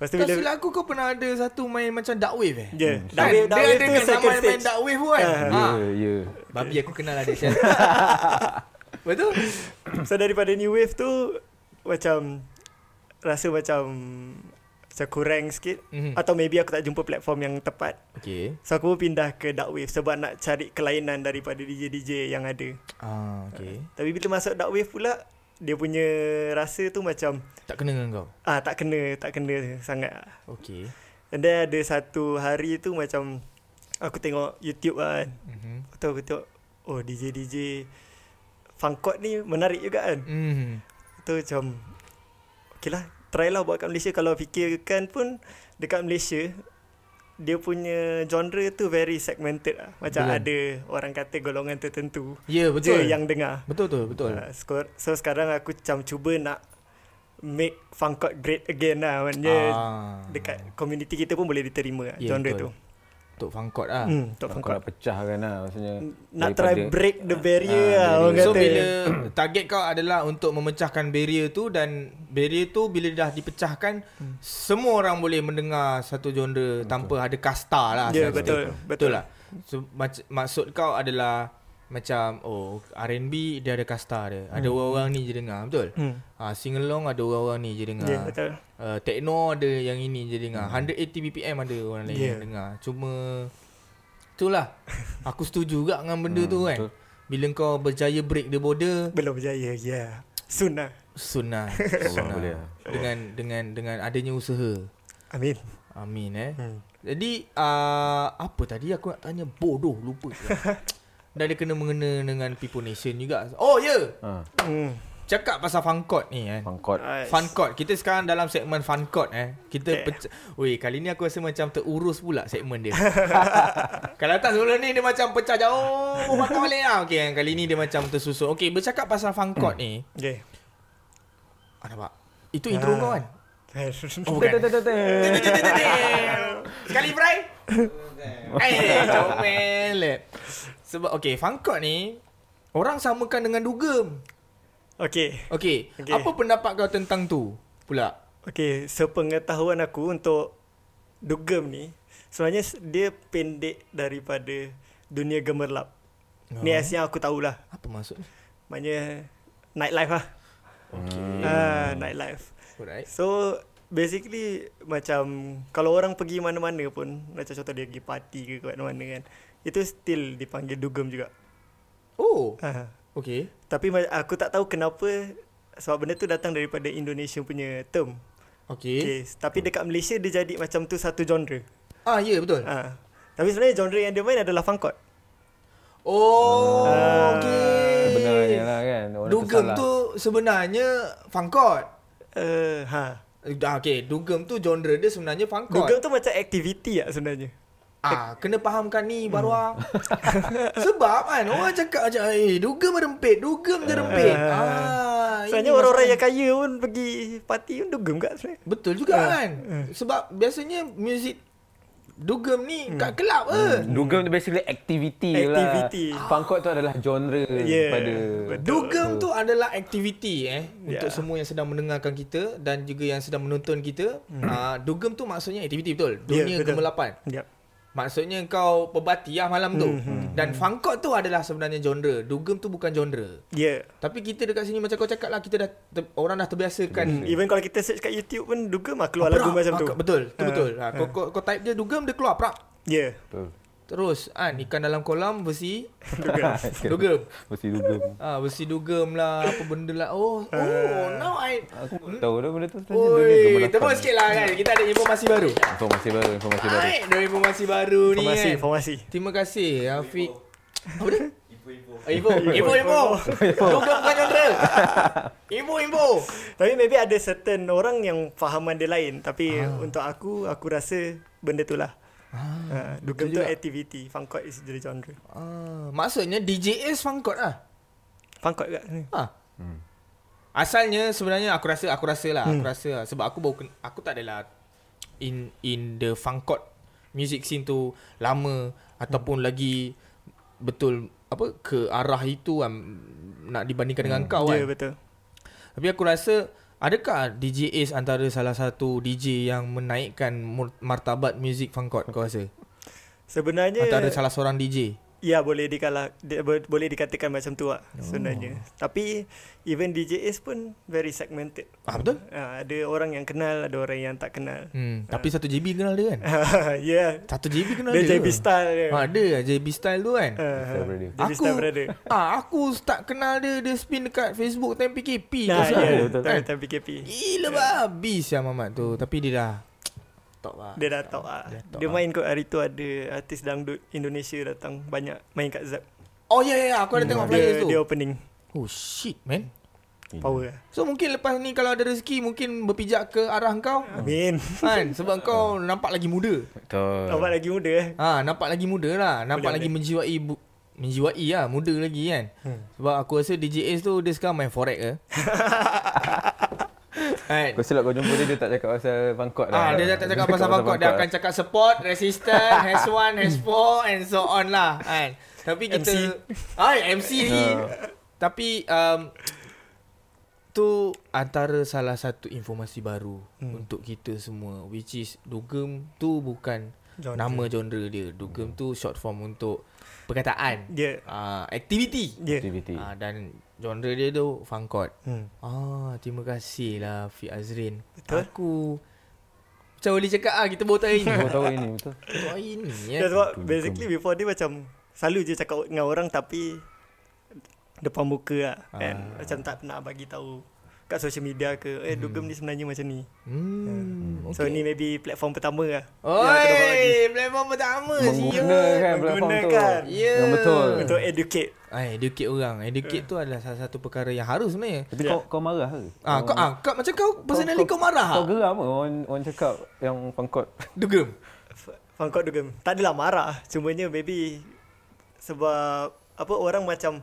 [SPEAKER 3] Lepas tu
[SPEAKER 1] Tak silap aku kau pernah ada satu main macam dark wave eh?
[SPEAKER 3] Ya, yeah.
[SPEAKER 1] Kan?
[SPEAKER 3] dah wave, dah
[SPEAKER 1] dia
[SPEAKER 3] wave
[SPEAKER 1] ada
[SPEAKER 3] tu
[SPEAKER 1] sama
[SPEAKER 3] second
[SPEAKER 1] main
[SPEAKER 3] stage
[SPEAKER 1] dark wave pun kan?
[SPEAKER 3] Ah.
[SPEAKER 1] ha.
[SPEAKER 2] Ya, ya.
[SPEAKER 1] Babi aku kenal lah dia Syaz. Betul?
[SPEAKER 3] So daripada new wave tu Macam Rasa macam Macam kurang sikit
[SPEAKER 1] Mhm.
[SPEAKER 3] hmm. Atau maybe aku tak jumpa platform yang tepat
[SPEAKER 1] Okay.
[SPEAKER 3] So aku pun pindah ke dark wave Sebab nak cari kelainan daripada DJ-DJ yang ada
[SPEAKER 1] Ah okay.
[SPEAKER 3] Tapi bila masuk dark wave pula Dia punya rasa tu macam
[SPEAKER 1] Tak kena dengan kau.
[SPEAKER 3] ah Tak kena, tak kena sangat
[SPEAKER 1] Okay.
[SPEAKER 3] And then ada satu hari tu macam Aku tengok YouTube kan
[SPEAKER 1] Mhm.
[SPEAKER 3] Lepas tu aku tengok Oh DJ-DJ Fangkot ni menarik juga kan
[SPEAKER 1] Mhm.
[SPEAKER 3] Tu macam Okay lah Try lah buat kat Malaysia Kalau fikirkan pun Dekat Malaysia Dia punya genre tu Very segmented lah Macam
[SPEAKER 1] Betul.
[SPEAKER 3] Betul. ada Orang kata golongan tertentu
[SPEAKER 1] Ya yeah,
[SPEAKER 3] Betul
[SPEAKER 1] betul.
[SPEAKER 3] je yang dengar
[SPEAKER 1] Betul tu, betul.
[SPEAKER 3] uh, skor- So sekarang aku macam cuba nak Make Fangkot great again lah Maknanya
[SPEAKER 1] Ah.
[SPEAKER 3] Dekat community kita pun boleh diterima lah
[SPEAKER 1] Ya,
[SPEAKER 3] yeah, genre
[SPEAKER 1] betul.
[SPEAKER 3] tu
[SPEAKER 1] Tok Fangkot lah.
[SPEAKER 3] hmm, Untuk
[SPEAKER 2] Kau
[SPEAKER 3] Fangkot
[SPEAKER 2] nak pecahkan lah maksudnya.
[SPEAKER 3] Nak try
[SPEAKER 2] daripada-
[SPEAKER 3] break the barrier
[SPEAKER 2] Ah,
[SPEAKER 3] lah Orang
[SPEAKER 2] barrier.
[SPEAKER 1] So
[SPEAKER 3] kata
[SPEAKER 1] bila target kau adalah untuk memecahkan barrier tu dan barrier tu bila dah dipecahkan hmm. semua orang boleh mendengar satu genre betul. tanpa ada kasta lah.
[SPEAKER 3] Ya,
[SPEAKER 1] Saya
[SPEAKER 3] betul,
[SPEAKER 1] kata.
[SPEAKER 3] betul.
[SPEAKER 1] lah. So, mac- maksud kau adalah macam oh R&B dia ada kasta dia. Ada orang-orang ni je dengar, betul?
[SPEAKER 3] hmm.
[SPEAKER 1] Ha, sing along ada orang-orang ni je dengar.
[SPEAKER 3] Ya yeah, betul
[SPEAKER 1] Uh, techno ada yang ini je dengar. 180 BPM ada orang lain
[SPEAKER 3] Yeah.
[SPEAKER 1] yang dengar. Cuma itulah. Aku setuju juga dengan benda hmm, tu kan. Betul.
[SPEAKER 2] betul.
[SPEAKER 1] Bila kau berjaya break the border,
[SPEAKER 3] Belum berjaya Yeah Soon lah
[SPEAKER 1] sunnah.
[SPEAKER 2] Allah
[SPEAKER 1] sunnah.
[SPEAKER 2] boleh lah.
[SPEAKER 1] Dengan dengan dengan adanya usaha.
[SPEAKER 3] Amin
[SPEAKER 1] Amin eh.
[SPEAKER 3] hmm.
[SPEAKER 1] Jadi uh, apa tadi aku nak tanya bodoh lupa. Dah ada kena mengena dengan People Nation juga. Oh ya. Yeah.
[SPEAKER 2] Ha,
[SPEAKER 3] Hmm.
[SPEAKER 1] Cakap pasal fun court ni kan.
[SPEAKER 2] pangkot.
[SPEAKER 3] Alright.
[SPEAKER 1] Fun court. Kita sekarang dalam segmen fun court eh. Kita
[SPEAKER 3] Yeah.
[SPEAKER 1] yeah. pecah. Oi, kali ni aku rasa macam terurus pula segmen dia. Kalau tak sebelum ni dia macam pecah jauh patah balik lah. Okey, kan? kali ni dia macam tersusun. Okey, bercakap pasal fun court ni.
[SPEAKER 3] Okay.
[SPEAKER 1] Ah, nampak. Itu intro
[SPEAKER 3] Ah.
[SPEAKER 1] kau kan?
[SPEAKER 3] Oh,
[SPEAKER 1] bukan.
[SPEAKER 2] Bukan.
[SPEAKER 1] Sekali fry. Eh, comel. Sebab okay, fangkot ni orang samakan dengan dugem.
[SPEAKER 3] okay.
[SPEAKER 1] Okay, okay.
[SPEAKER 3] Okey.
[SPEAKER 1] apa pendapat kau tentang tu pula?
[SPEAKER 3] Okay, sepengetahuan aku untuk dugem ni, sebenarnya s- dia pendek daripada dunia gemerlap. Oh. Ni as yang aku tahulah.
[SPEAKER 1] Ah. Apa maksud ni?
[SPEAKER 3] Maknanya nightlife lah. Okay.
[SPEAKER 1] Hmm.
[SPEAKER 3] Ah, nightlife.
[SPEAKER 1] Alright.
[SPEAKER 3] So basically macam kalau orang pergi mana-mana pun, macam contoh dia pergi party ke kat mana-mana kan, itu still dipanggil dugem juga.
[SPEAKER 1] Oh,
[SPEAKER 3] Ah.
[SPEAKER 1] okay.
[SPEAKER 3] Tapi ma- aku tak tahu kenapa sebab benda tu datang daripada Indonesia punya term.
[SPEAKER 1] Okay. okay.
[SPEAKER 3] Okay. Tapi dekat Malaysia dia jadi macam tu satu genre.
[SPEAKER 1] Ah, ya yeah, betul.
[SPEAKER 3] Ha. Tapi sebenarnya genre yang dia main adalah fangkot.
[SPEAKER 1] Oh,
[SPEAKER 3] Ah.
[SPEAKER 1] okay.
[SPEAKER 2] Sebenarnya lah kan. Orang
[SPEAKER 1] Dugem
[SPEAKER 2] tersalah.
[SPEAKER 1] tu sebenarnya fangkot.
[SPEAKER 3] Uh, ha.
[SPEAKER 1] Ah, okay, dugem tu genre dia sebenarnya fangkot.
[SPEAKER 3] Google tu macam aktiviti lah sebenarnya.
[SPEAKER 1] Ah, kena fahamkan ni Barwa. Sebab kan orang cakap macam eh dugem rempit, dugem je rempit.
[SPEAKER 3] Ah.
[SPEAKER 1] Ah,
[SPEAKER 3] Sebenarnya
[SPEAKER 1] ini
[SPEAKER 3] orang-orang
[SPEAKER 1] masalah.
[SPEAKER 3] yang kaya pun pergi party pun dugem kat sebenarnya.
[SPEAKER 1] betul juga kan. Sebab biasanya muzik dugem ni kat kelab ke.
[SPEAKER 2] Dugem tu basically activity, lah.
[SPEAKER 3] Activity.
[SPEAKER 2] Pangkot tu adalah genre
[SPEAKER 3] Yeah,
[SPEAKER 2] daripada
[SPEAKER 3] betul.
[SPEAKER 1] Dugem tu adalah aktiviti eh
[SPEAKER 3] Ya.
[SPEAKER 1] untuk semua yang sedang mendengarkan kita dan juga yang sedang menonton kita. Ah, dugem tu maksudnya aktiviti betul.
[SPEAKER 3] Hmm. Ya,
[SPEAKER 1] Dunia yeah,
[SPEAKER 3] betul.
[SPEAKER 1] kemelapan.
[SPEAKER 3] Yep.
[SPEAKER 1] Maksudnya kau perbati lah malam tu.
[SPEAKER 3] Hmm,
[SPEAKER 1] Dan fangkot tu adalah sebenarnya genre. Dugem tu bukan genre.
[SPEAKER 3] Yeah.
[SPEAKER 1] Tapi kita dekat sini macam kau cakap lah kita dah ter, orang dah terbiasakan
[SPEAKER 3] Even kalau kita search kat YouTube pun dugem lah Hmm, keluar lagu
[SPEAKER 1] Prak.
[SPEAKER 3] macam
[SPEAKER 1] Ah,
[SPEAKER 3] tu. ah.
[SPEAKER 1] kau- Betul, tu betul. Ha, kau, kau, kau type dia dugem dia keluar prak.
[SPEAKER 3] Yeah.
[SPEAKER 2] Betul.
[SPEAKER 1] Terus kan ikan dalam kolam besi Ha.
[SPEAKER 3] Dugem.
[SPEAKER 1] dugem.
[SPEAKER 2] Mesti dugem.
[SPEAKER 1] Ah besi dugem lah apa benda lah. Oh, oh
[SPEAKER 3] Ah.
[SPEAKER 1] now I
[SPEAKER 2] Aku tahu dah benda tu sebenarnya
[SPEAKER 1] Oi,
[SPEAKER 2] gemerlapan.
[SPEAKER 1] terus sikit lah kan. Kita ada informasi baru.
[SPEAKER 2] Informasi baru, informasi baru.
[SPEAKER 1] Baik, ada informasi baru ni
[SPEAKER 3] Informasi,
[SPEAKER 1] kan.
[SPEAKER 3] informasi.
[SPEAKER 1] Terima kasih Afiq. Apa dia? Ibu, ibu. Ibu, ibu. Dugem bukan genre. Ibu, ibu.
[SPEAKER 3] Tapi maybe ada certain orang yang fahaman dia lain. Tapi
[SPEAKER 1] Ah.
[SPEAKER 3] untuk aku, aku rasa benda tu lah. Ah, dugem
[SPEAKER 1] betul
[SPEAKER 3] tu
[SPEAKER 1] juga.
[SPEAKER 3] activity. Fangkot is the genre.
[SPEAKER 1] Ah, maksudnya DJS fangkot lah.
[SPEAKER 3] Fangkot kat ni.
[SPEAKER 1] Ha. Hmm. Asalnya sebenarnya aku rasa aku rasa lah, hmm. aku rasa lah. sebab aku baru ken- aku tak adalah in in the funkot music scene tu lama
[SPEAKER 3] Hmm.
[SPEAKER 1] ataupun lagi betul apa ke arah itu kan nak dibandingkan hmm. dengan kau
[SPEAKER 3] Ya,
[SPEAKER 1] kan.
[SPEAKER 3] yeah, betul.
[SPEAKER 1] Tapi aku rasa adakah DJ Ace antara salah satu DJ yang menaikkan mur- martabat music funkot kau rasa?
[SPEAKER 3] Sebenarnya
[SPEAKER 1] Antara salah seorang DJ.
[SPEAKER 3] Ya boleh dikala di, bo- boleh dikatakan macam tu lah
[SPEAKER 1] Oh.
[SPEAKER 3] sebenarnya. Tapi even DJs pun very segmented.
[SPEAKER 1] Ah betul?
[SPEAKER 3] Ha, ada orang yang kenal, ada orang yang tak kenal.
[SPEAKER 1] Hmm, tapi satu JB kenal dia kan?
[SPEAKER 3] ya.
[SPEAKER 1] Satu JB kenal
[SPEAKER 3] Dia
[SPEAKER 1] dia.
[SPEAKER 3] JB style dia.
[SPEAKER 1] Ha, ada lah JB style tu kan.
[SPEAKER 3] Uh,
[SPEAKER 2] Style dia.
[SPEAKER 3] JB style brother.
[SPEAKER 1] Ah, aku start kenal dia dia spin dekat Facebook time PKP.
[SPEAKER 3] Nah,
[SPEAKER 1] tu
[SPEAKER 3] ya.
[SPEAKER 1] semua.
[SPEAKER 2] betul.
[SPEAKER 3] Time, time PKP.
[SPEAKER 1] Gila bah, habis ya Mamat tu. Tapi dia dah top lah.
[SPEAKER 3] Dia dah tahu lah.
[SPEAKER 1] Dia
[SPEAKER 3] Dia,
[SPEAKER 1] tahu
[SPEAKER 3] main kot hari tu ada artis dangdut Indonesia datang banyak main kat Zap. Hmm.
[SPEAKER 1] Oh ya yeah, ya, yeah, aku ada tengok flyers
[SPEAKER 3] Dia,
[SPEAKER 1] tu.
[SPEAKER 3] dia opening.
[SPEAKER 1] Oh shit man.
[SPEAKER 3] Power lah.
[SPEAKER 1] So mungkin lepas ni kalau ada rezeki mungkin berpijak ke arah kau.
[SPEAKER 3] Amin.
[SPEAKER 1] Kan sebab kau nampak lagi muda.
[SPEAKER 2] Betul.
[SPEAKER 3] Awak lagi muda eh.
[SPEAKER 1] Ha, nampak lagi muda lah. Nampak
[SPEAKER 3] Boleh,
[SPEAKER 1] lagi menjiwai bu- menjiwai lah, muda lagi kan. Hmm. Sebab aku rasa DJ Ace tu dia sekarang main forex ke. kan.
[SPEAKER 2] Kau silap kau jumpa dia, dia tak cakap pasal pangkot dah.
[SPEAKER 1] Ah, dia tak cakap pasal pangkot, dia akan cakap support, resistance, has one, has four and so on lah. Kan. Tapi kita ai MC ni. Tapi um, tu antara salah satu informasi baru hmm. untuk kita semua which is dugem tu bukan genre.
[SPEAKER 3] Genre.
[SPEAKER 1] nama genre dia. Dugem hmm. tu short form untuk perkataan.
[SPEAKER 3] Ya.
[SPEAKER 1] Ah, aktiviti.
[SPEAKER 3] Ya.
[SPEAKER 2] Aktiviti.
[SPEAKER 1] Ah, dan genre dia tu fangkot.
[SPEAKER 3] Hmm.
[SPEAKER 1] Ah, terima kasih lah Fi Azrin.
[SPEAKER 3] Betul.
[SPEAKER 1] Aku macam boleh cakap ah kita baru tahu hari ni.
[SPEAKER 2] Kau tahu ini
[SPEAKER 1] Baru
[SPEAKER 2] betul.
[SPEAKER 1] tahu hari ni ya.
[SPEAKER 3] Yeah, sebab
[SPEAKER 2] betul,
[SPEAKER 3] basically before dia macam selalu je cakap
[SPEAKER 2] Ah.
[SPEAKER 3] dengan orang tapi depan muka lah kan. Macam tak nak bagi tahu kat social media ke
[SPEAKER 2] Hmm.
[SPEAKER 3] eh dugem ni sebenarnya macam ni.
[SPEAKER 1] Hmm.
[SPEAKER 3] So ni maybe platform pertama lah. yang aku dapat bagi.
[SPEAKER 1] Oi, platform pertama siul.
[SPEAKER 2] menggunakan platform tu.
[SPEAKER 3] Menggunakan.
[SPEAKER 1] Ya.
[SPEAKER 2] Yang betul.
[SPEAKER 3] Untuk educate.
[SPEAKER 1] Ai, Ah, educate orang. Educate tu adalah salah satu perkara yang harus sebenarnya.
[SPEAKER 2] Tapi
[SPEAKER 3] Ya.
[SPEAKER 2] kau kau marah ke?
[SPEAKER 1] Ah, kau ah, kau macam kau personally kau,
[SPEAKER 2] Kau
[SPEAKER 1] marah. Kau,
[SPEAKER 2] geram ke orang orang cakap yang pangkot
[SPEAKER 1] dugem.
[SPEAKER 3] Fangkot dugem. Tak adalah marah. Cumanya maybe sebab apa orang macam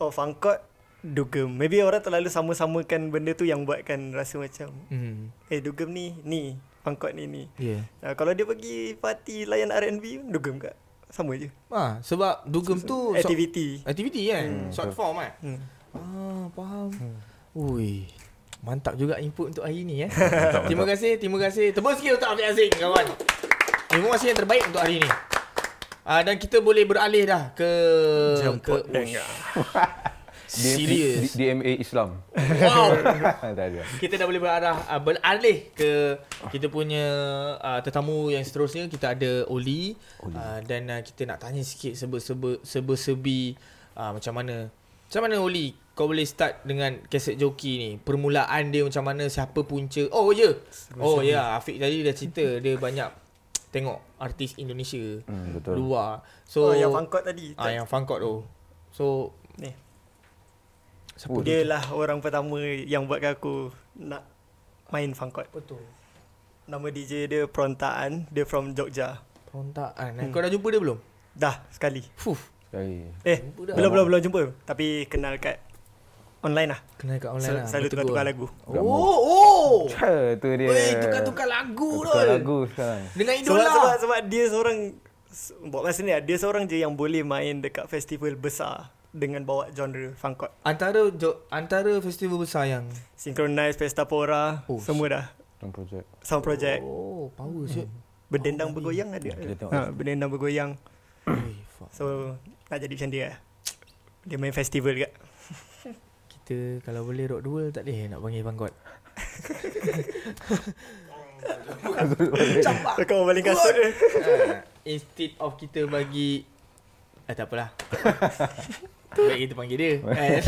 [SPEAKER 3] oh fangkot dugem. Maybe orang terlalu sama-samakan benda tu yang buatkan rasa macam
[SPEAKER 1] Hmm.
[SPEAKER 3] eh dugem ni ni fangkot ni ni.
[SPEAKER 1] Ya. Yeah.
[SPEAKER 3] Nah, Ha, kalau dia pergi parti layan R&B dugem kat. Sama je.
[SPEAKER 1] Ah, sebab dugem tu short-
[SPEAKER 3] Aktiviti.
[SPEAKER 1] Aktiviti kan hmm. Short form kan
[SPEAKER 3] Hmm.
[SPEAKER 1] Ah faham hmm. Ui Mantap juga input untuk hari ni eh Terima kasih Terima kasih Tebus sikit untuk Afiq Azim kawan Informasi yang terbaik untuk hari ni Ah dan kita boleh beralih dah ke
[SPEAKER 3] Jemput
[SPEAKER 1] ke
[SPEAKER 3] dengar.
[SPEAKER 1] serius.
[SPEAKER 2] DMA Islam.
[SPEAKER 1] Wow.
[SPEAKER 2] tak ada.
[SPEAKER 1] Kita dah boleh berarah uh, beralih ke kita punya uh, tetamu yang seterusnya kita ada Oli, Oli. Uh, dan uh, kita nak tanya sikit serba-serba serba-serbi uh, macam mana. Macam mana Oli kau boleh start dengan kaset joki ni? Permulaan dia macam mana? Siapa punca? Oh ya. Oh ya, Afiq tadi dah cerita dia banyak tengok artis Indonesia
[SPEAKER 2] Hmm, betul.
[SPEAKER 1] luar.
[SPEAKER 3] So,
[SPEAKER 1] So
[SPEAKER 3] oh, yang fangkot tadi.
[SPEAKER 1] ah yang fangkot tu. So
[SPEAKER 3] Ni.
[SPEAKER 1] siapa
[SPEAKER 3] Dia lah orang pertama yang buatkan aku nak main fangkot.
[SPEAKER 1] betul.
[SPEAKER 3] Nama DJ dia Prontaan. Dia from Jogja.
[SPEAKER 1] Perontaan. Hmm. Kau dah jumpa dia belum?
[SPEAKER 3] Dah sekali.
[SPEAKER 1] Fuh.
[SPEAKER 2] Sekali.
[SPEAKER 3] Eh,
[SPEAKER 1] Jumpa dah.
[SPEAKER 3] belum belum belum jumpa. Tapi kenal kat online lah.
[SPEAKER 1] Kenal kat online
[SPEAKER 3] Sel-
[SPEAKER 1] lah.
[SPEAKER 3] selalu
[SPEAKER 1] bertegur.
[SPEAKER 3] tukar-tukar lagu.
[SPEAKER 1] Oh, oh.
[SPEAKER 2] Ha, tu dia.
[SPEAKER 1] Weh, tukar-tukar lagu
[SPEAKER 2] Tukar
[SPEAKER 1] tu.
[SPEAKER 2] lagu sekarang.
[SPEAKER 1] Dengan
[SPEAKER 3] Sebab,
[SPEAKER 1] idola.
[SPEAKER 3] sebab, sebab dia seorang s- Buat masa ni lah, Dia seorang je yang boleh main Dekat festival besar Dengan bawa genre fangkot
[SPEAKER 1] Antara jo, antara festival besar yang
[SPEAKER 3] Synchronize, Pesta Pora
[SPEAKER 1] Oh,
[SPEAKER 3] Semua dah
[SPEAKER 2] Dalam projek.
[SPEAKER 3] Sound project
[SPEAKER 1] Oh, power hmm.
[SPEAKER 3] Berdendang bergoyang ada
[SPEAKER 2] Kita tengok.
[SPEAKER 3] ha, Berdendang bergoyang Hmm.
[SPEAKER 1] Oi,
[SPEAKER 3] So Nak jadi macam dia lah. Dia main festival kat
[SPEAKER 1] Kita kalau boleh rock duel tak boleh nak panggil Bangkot. Campak.
[SPEAKER 3] Kau balik kasut
[SPEAKER 1] Ah,
[SPEAKER 2] Eh.
[SPEAKER 3] dia
[SPEAKER 1] Instead of kita bagi Ah tak apalah Baik kita panggil dia Eh.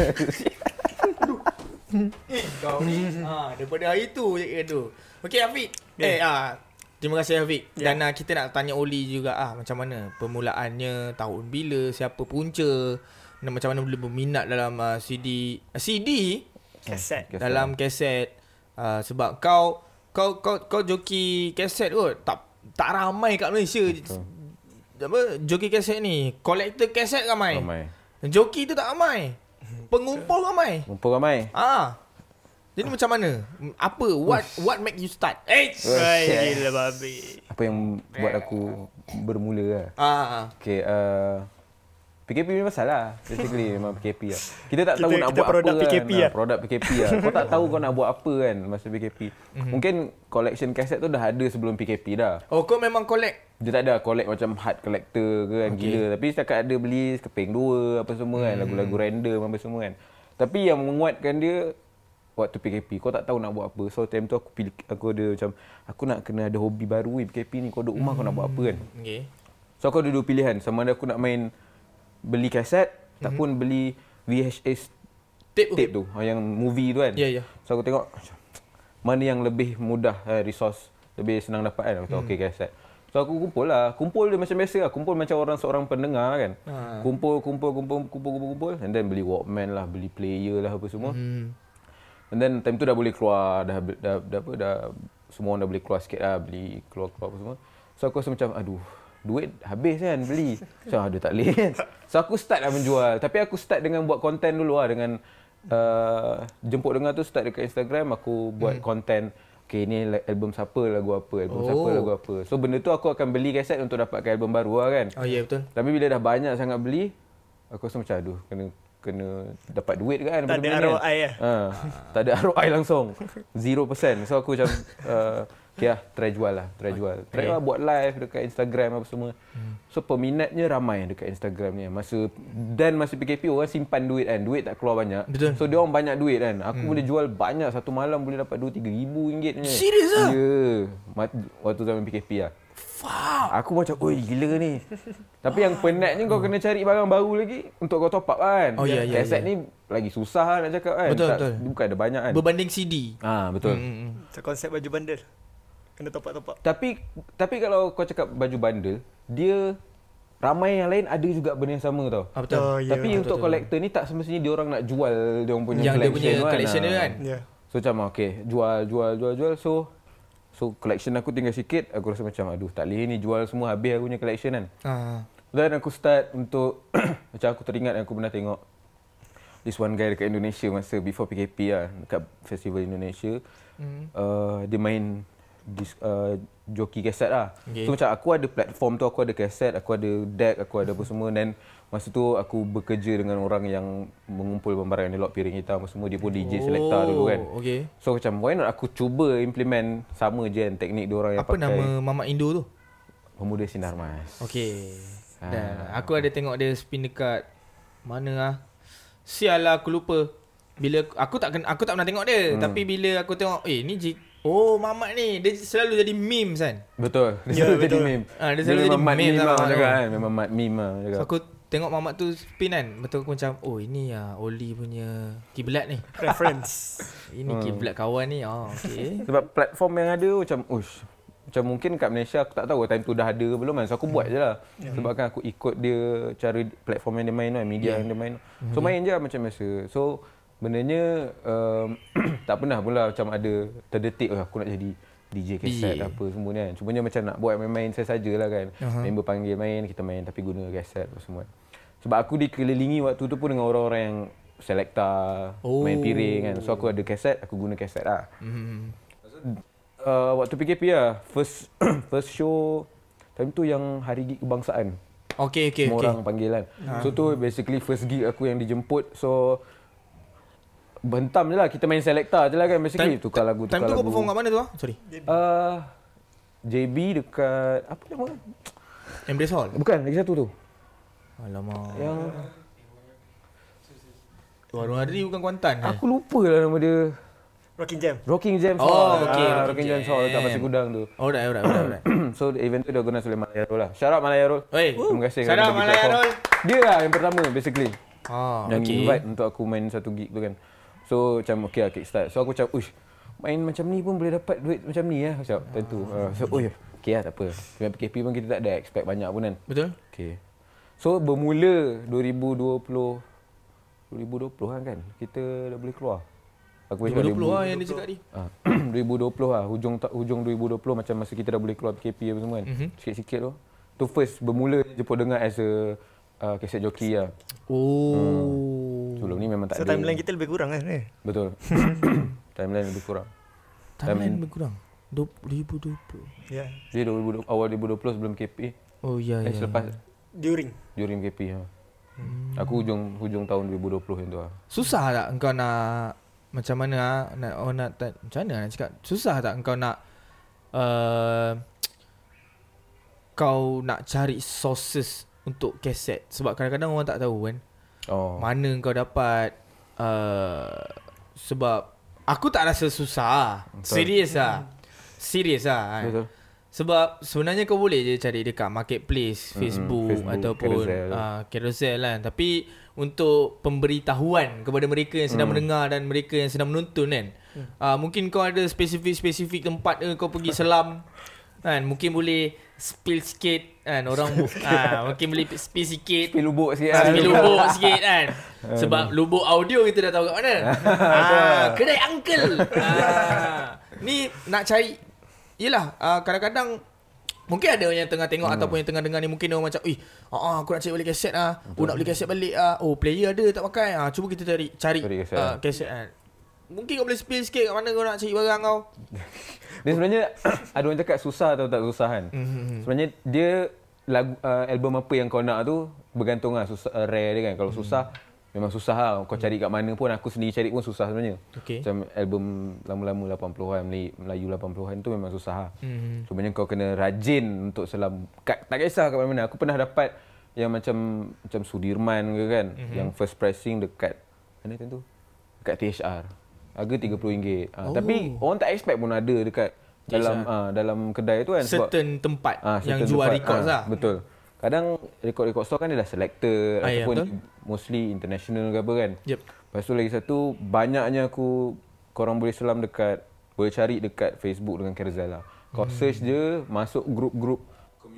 [SPEAKER 1] Eh kau ni ah, Daripada hari tu je gaduh Okay Afiq Eh ah, Terima kasih Afiq yeah. Dan ah, kita nak tanya Oli juga ah Macam mana Permulaannya Tahun bila Siapa punca dan Macam mana boleh berminat dalam ah, CD ah, CD
[SPEAKER 3] Kaset
[SPEAKER 2] Kaset.
[SPEAKER 1] dalam kaset uh, sebab kau kau kau kau joki kaset kot tak tak ramai kat Malaysia apa joki kaset ni collector kaset ramai, ramai.
[SPEAKER 2] Ramai.
[SPEAKER 1] joki tu tak ramai pengumpul ramai
[SPEAKER 2] Mumpul ramai.
[SPEAKER 1] ah jadi macam mana apa what what make you start eh
[SPEAKER 3] Wah gila babi
[SPEAKER 2] Apa yang buat aku bermula lah.
[SPEAKER 1] ah
[SPEAKER 2] Okay, uh, PKP ni pasal lah Basically memang PKP lah Kita tak tahu
[SPEAKER 3] Kita-
[SPEAKER 2] nak
[SPEAKER 3] kita
[SPEAKER 2] buat
[SPEAKER 3] produk
[SPEAKER 2] apa
[SPEAKER 3] PKP
[SPEAKER 2] kan
[SPEAKER 3] lah.
[SPEAKER 2] Ah, Produk PKP lah Kau tak tahu kau nak buat apa kan Masa PKP Mungkin collection kaset tu dah ada sebelum PKP dah
[SPEAKER 1] oh kau memang collect
[SPEAKER 2] Dia tak ada collect macam hard collector ke kan okay. Gila Tapi setakat ada beli keping dua Apa semua kan Lagu-lagu random apa semua kan Tapi yang menguatkan dia Waktu PKP Kau tak tahu nak buat apa So time tu aku pilih Aku ada macam Aku nak kena ada hobi baru ni PKP ni Kau duduk rumah kau nak buat apa kan
[SPEAKER 1] okey
[SPEAKER 2] So aku ada dua pilihan Sama ada aku nak main Beli kaset mm-hmm. Tak pun beli VHS
[SPEAKER 1] tape
[SPEAKER 2] tape tu ha, Yang movie tu kan
[SPEAKER 1] Ya, ya.
[SPEAKER 2] So aku tengok macam, Mana yang lebih mudah eh, Resource Lebih senang dapat kan Aku
[SPEAKER 1] Hmm.
[SPEAKER 2] tahu okay kaset So aku kumpul lah Kumpul dia macam biasa lah Kumpul macam orang seorang pendengar kan
[SPEAKER 1] Ha.
[SPEAKER 2] Kumpul, kumpul, kumpul, kumpul, kumpul, kumpul And then beli Walkman lah Beli player lah apa semua
[SPEAKER 1] hmm
[SPEAKER 2] And then time tu dah boleh keluar dah dah, dah, dah apa dah semua orang dah boleh keluar sikit lah beli keluar-keluar apa semua. So aku rasa macam aduh duit habis kan beli. Macam aduh tak boleh kan. So aku start lah menjual. Tapi aku start dengan buat konten dulu lah dengan uh, jemput dengar tu start dekat Instagram aku buat
[SPEAKER 1] Hmm.
[SPEAKER 2] konten Okay, ni la- album siapa, lagu apa, album oh. siapa,
[SPEAKER 1] Oh.
[SPEAKER 2] lagu apa. So, benda tu aku akan beli kaset untuk dapatkan album baru lah kan.
[SPEAKER 1] oh ya yeah, betul
[SPEAKER 2] Tapi bila dah banyak sangat beli, aku rasa macam aduh kena kena dapat duit kan
[SPEAKER 3] Tak
[SPEAKER 2] daripada
[SPEAKER 3] ada
[SPEAKER 2] benda ni
[SPEAKER 3] ROI lah.
[SPEAKER 2] Ha, tak ada ROI langsung. 0%. So aku macam uh, okay lah, try jual lah, try jual. Try lah buat live dekat Instagram apa semua.
[SPEAKER 1] Hmm.
[SPEAKER 2] So peminatnya ramai dekat Instagram ni. Masa dan masa PKP orang simpan duit kan. Duit tak keluar banyak.
[SPEAKER 1] Betul. Hmm.
[SPEAKER 2] So dia orang banyak duit kan. Aku boleh jual banyak satu malam boleh dapat 2 3 ribu ringgit ni.
[SPEAKER 1] Serious ah?
[SPEAKER 2] Ya. Yeah. Waktu zaman PKP lah. Fuck. Aku macam, oi gila ni. Tapi yang penatnya kau kena cari barang baru lagi untuk kau top up kan.
[SPEAKER 1] Oh, ya, ya,
[SPEAKER 2] Kaset
[SPEAKER 1] ya.
[SPEAKER 2] ni lagi susah lah nak cakap kan.
[SPEAKER 1] Betul, betul.
[SPEAKER 2] Bukan ada banyak kan.
[SPEAKER 1] Berbanding CD.
[SPEAKER 2] ah betul. Hmm.
[SPEAKER 1] Hmm.
[SPEAKER 3] So konsep baju bandel. Kena top up top up.
[SPEAKER 2] Tapi tapi kalau kau cakap baju bundle, dia ramai yang lain ada juga benda yang sama tau.
[SPEAKER 1] Ah, betul.
[SPEAKER 3] Oh, ya.
[SPEAKER 2] Tapi
[SPEAKER 3] betul,
[SPEAKER 2] untuk kolektor ni tak semestinya dia orang nak jual dia orang punya
[SPEAKER 1] Yang dia
[SPEAKER 2] collection
[SPEAKER 1] punya collection dia
[SPEAKER 2] Ah.
[SPEAKER 1] kan.
[SPEAKER 3] Ya. Yeah.
[SPEAKER 2] So macam okay, jual jual jual jual so so collection aku tinggal sikit, aku rasa macam aduh tak boleh ni jual semua habis aku punya collection kan.
[SPEAKER 1] Ah.
[SPEAKER 2] Dan aku start untuk macam aku teringat aku pernah tengok this one guy dekat Indonesia masa before PKP lah dekat festival Indonesia.
[SPEAKER 1] Hmm.
[SPEAKER 2] Mm. Uh, dia main dis, uh, joki kaset lah.
[SPEAKER 1] Okay.
[SPEAKER 2] Okay. So macam aku ada platform tu, aku ada kaset, aku ada deck, aku ada apa semua dan masa tu aku bekerja dengan orang yang mengumpul barang analog piring hitam apa semua dia pun DJ selector dulu kan.
[SPEAKER 1] Oh, Okay.
[SPEAKER 2] So macam why not aku cuba implement sama je kan teknik dia orang yang
[SPEAKER 1] Apa
[SPEAKER 2] pakai
[SPEAKER 1] nama Mamat Indo tu?
[SPEAKER 2] pemuda sinar mas.
[SPEAKER 1] Okay.
[SPEAKER 2] Ah.
[SPEAKER 1] Dan aku ada tengok dia spin dekat mana ah. Sial lah aku lupa. Bila aku- aku tak kena, aku tak pernah tengok dia, hmm. tapi bila aku tengok, eh ni J Oh, Mamat ni dia selalu jadi memes kan.
[SPEAKER 2] Betul. Dia
[SPEAKER 3] Ya,
[SPEAKER 2] selalu jadi
[SPEAKER 3] betul.
[SPEAKER 2] meme.
[SPEAKER 1] Ah, dia selalu jadi
[SPEAKER 2] memang mad
[SPEAKER 1] meme lah
[SPEAKER 2] meme lah
[SPEAKER 1] orang
[SPEAKER 2] cakap
[SPEAKER 1] tu.
[SPEAKER 2] kan. Memang mad meme lah cakap.
[SPEAKER 1] So, aku tengok Mamat tu spin kan. Betul aku macam, oh ini ah Oli punya kiblat ni.
[SPEAKER 3] Reference.
[SPEAKER 1] Ini
[SPEAKER 2] Hmm.
[SPEAKER 1] kiblat kawan ni. Oh, okey.
[SPEAKER 2] Sebab platform yang ada macam ush. Macam mungkin kat Malaysia aku tak tahu time tu dah ada ke belum kan. So aku buat je lah. Sebab kan aku ikut dia cara platform yang dia main kan, media yang dia main. So main je lah macam biasa. So benarnya um, tak pernah pula macam ada terdetik oh, aku nak jadi DJ kaset
[SPEAKER 1] DJ.
[SPEAKER 2] apa semua ni kan. Cumanya macam nak buat main-main saya sajalah kan. Uh-huh. Member panggil main, kita main tapi guna kaset apa semua. Sebab aku dikelilingi waktu tu pun dengan orang-orang yang selector, oh. main piring kan. So aku ada kaset, aku guna kaset lah.
[SPEAKER 1] Hmm.
[SPEAKER 2] Uh, waktu PKP lah, first first show time tu yang hari gig kebangsaan.
[SPEAKER 1] Okey okey
[SPEAKER 2] Okay, Semua okay.
[SPEAKER 1] okey.
[SPEAKER 2] orang panggil kan.
[SPEAKER 1] Ah.
[SPEAKER 2] So tu basically first gig aku yang dijemput. So bentam je lah, kita main selector je lah kan basically. tukar lagu, tukar
[SPEAKER 1] Time tu
[SPEAKER 2] lagu.
[SPEAKER 1] kau perform kat mana tu ah? Sorry.
[SPEAKER 2] Uh, JB dekat, apa nama?
[SPEAKER 1] Embrace Hall.
[SPEAKER 2] Bukan, lagi satu tu.
[SPEAKER 1] Alamak.
[SPEAKER 2] Yang,
[SPEAKER 1] Eh. Warung hari bukan Kuantan. eh?
[SPEAKER 2] aku lupa lah nama dia.
[SPEAKER 3] Rocking Jam.
[SPEAKER 2] Rocking James
[SPEAKER 1] Oh, okay,
[SPEAKER 2] Hall. Ah,
[SPEAKER 1] Rocking
[SPEAKER 2] Rocking James Hall dekat
[SPEAKER 1] Jam.
[SPEAKER 2] Pasir Gudang tu.
[SPEAKER 1] Alright alright alright. alright.
[SPEAKER 2] so the event tu diorganisasi oleh Malayarol lah. Shout out Malayarol.
[SPEAKER 1] Oi.
[SPEAKER 2] Terima kasih
[SPEAKER 1] Shout
[SPEAKER 2] kerana
[SPEAKER 1] out
[SPEAKER 2] bagi
[SPEAKER 1] Malaya
[SPEAKER 2] platform.
[SPEAKER 1] Roll.
[SPEAKER 2] Dia lah yang pertama basically.
[SPEAKER 1] Ah,
[SPEAKER 2] yang invite untuk aku main satu gig tu kan. So macam okay lah kickstart. So aku macam uish main macam ni pun boleh dapat duit macam ni lah. Macam time tu. Ah, so oh ya. Okay lah tak apa. Dengan PKP pun kita tak ada expect banyak pun kan.
[SPEAKER 1] Betul?
[SPEAKER 2] Okay. So bermula 2020 2020 kan kan kita dah boleh keluar. Aku wish
[SPEAKER 1] 2020
[SPEAKER 2] 2020.
[SPEAKER 1] lah yang dia cakap tadi.
[SPEAKER 2] Ah, 2020 lah hujung ta- hujung 2020 macam masa kita dah boleh keluar PKP apa semua kan
[SPEAKER 1] Mhm.
[SPEAKER 2] mm-hmm. sikit-sikit tu tu first bermula jemput dengar as a uh, kaset joki lah
[SPEAKER 1] Oh.
[SPEAKER 2] sebelum ni memang tak
[SPEAKER 3] So
[SPEAKER 2] ada
[SPEAKER 3] timeline kita lebih kurang kan eh.
[SPEAKER 2] betul timeline lebih kurang
[SPEAKER 1] Timeline berkurang. 2020.
[SPEAKER 3] Ya. Yeah.
[SPEAKER 2] jadi 2020, awal 2020 sebelum KP
[SPEAKER 1] Oh ya
[SPEAKER 2] eh
[SPEAKER 1] ya.
[SPEAKER 2] selepas
[SPEAKER 3] During.
[SPEAKER 2] during KP ha.
[SPEAKER 1] Hmm.
[SPEAKER 2] aku hujung hujung tahun 2020 yang tu lah
[SPEAKER 1] Susah tak engkau nak macam mana ah, nak oh nak tak, macam mana nak cakap? Susah tak engkau nak uh, kau nak cari sources untuk kaset sebab kadang-kadang orang tak tahu kan.
[SPEAKER 2] oh
[SPEAKER 1] Mana kau dapat uh, Sebab Aku tak rasa susah
[SPEAKER 2] Betul.
[SPEAKER 1] Serius lah Serius lah kan?
[SPEAKER 2] betul
[SPEAKER 1] Sebab sebenarnya kau boleh je cari dekat marketplace Facebook,
[SPEAKER 2] Facebook,
[SPEAKER 1] Ataupun
[SPEAKER 2] Carousel.
[SPEAKER 1] uh, Carousel kan Tapi Untuk pemberitahuan Kepada mereka yang sedang mendengar Dan mereka yang sedang menonton kan uh, Mungkin kau ada spesifik-spesifik tempat ke Kau pergi selam kan? Mungkin boleh Spill sikit kan? Orang uh, Mungkin boleh spill sikit
[SPEAKER 2] tapi lubuk sikit lah.
[SPEAKER 1] Tapi lubuk sikit kan Sebab lubuk audio kita dah tahu kat mana ah, Kedai uncle ah. Ni nak cari Yelah ah, kadang-kadang Mungkin ada yang tengah tengok hmm. Ataupun yang tengah dengar ni Mungkin orang macam Eh ah, ah, aku nak cari balik kaset ah. Oh nak beli kaset balik ah. Oh player ada tak pakai ah, Cuba kita cari Cari
[SPEAKER 2] Cari kaset,
[SPEAKER 1] ah,
[SPEAKER 2] ah.
[SPEAKER 1] kaset kan Mungkin kau boleh spill sikit Kat mana kau nak cari barang kau
[SPEAKER 2] Dia sebenarnya ada orang cakap susah atau tak susah kan. Mm-hmm. Sebenarnya dia lagu uh, album apa yang kau nak tu bergantung lah susah, uh, rare dia kan. Kalau susah memang susah lah. Kau cari kat mana pun aku sendiri cari pun susah sebenarnya.
[SPEAKER 1] Okey.
[SPEAKER 2] Macam album lama-lama 80-an Melayu, Melayu 80-an tu memang susah lah.
[SPEAKER 1] Mhm.
[SPEAKER 2] Mm-hmm. Cumanya kau kena rajin untuk selam kat, tak kisah kat mana-mana. Aku pernah dapat yang macam macam Sudirman ke kan mm-hmm. yang first pricing dekat mana Ah, tu? Dekat THR. Harga RM30. Ah, oh. Tapi orang tak expect pun ada dekat dalam
[SPEAKER 1] Yes,
[SPEAKER 2] ah, dalam kedai tu kan sebab
[SPEAKER 1] Certain tempat
[SPEAKER 2] Ah,
[SPEAKER 1] yang
[SPEAKER 2] certain
[SPEAKER 1] jual
[SPEAKER 2] tempat.
[SPEAKER 1] records
[SPEAKER 2] Ah,
[SPEAKER 1] lah.
[SPEAKER 2] Betul. Kadang record-record store kan dia dah selected
[SPEAKER 1] Ah, ya,
[SPEAKER 2] ataupun
[SPEAKER 1] betul.
[SPEAKER 2] mostly international ke apa kan.
[SPEAKER 1] Yep.
[SPEAKER 2] Lepas tu lagi satu banyaknya aku korang boleh selam dekat boleh cari dekat Facebook dengan Carousel lah. Kau hmm. search je masuk grup-grup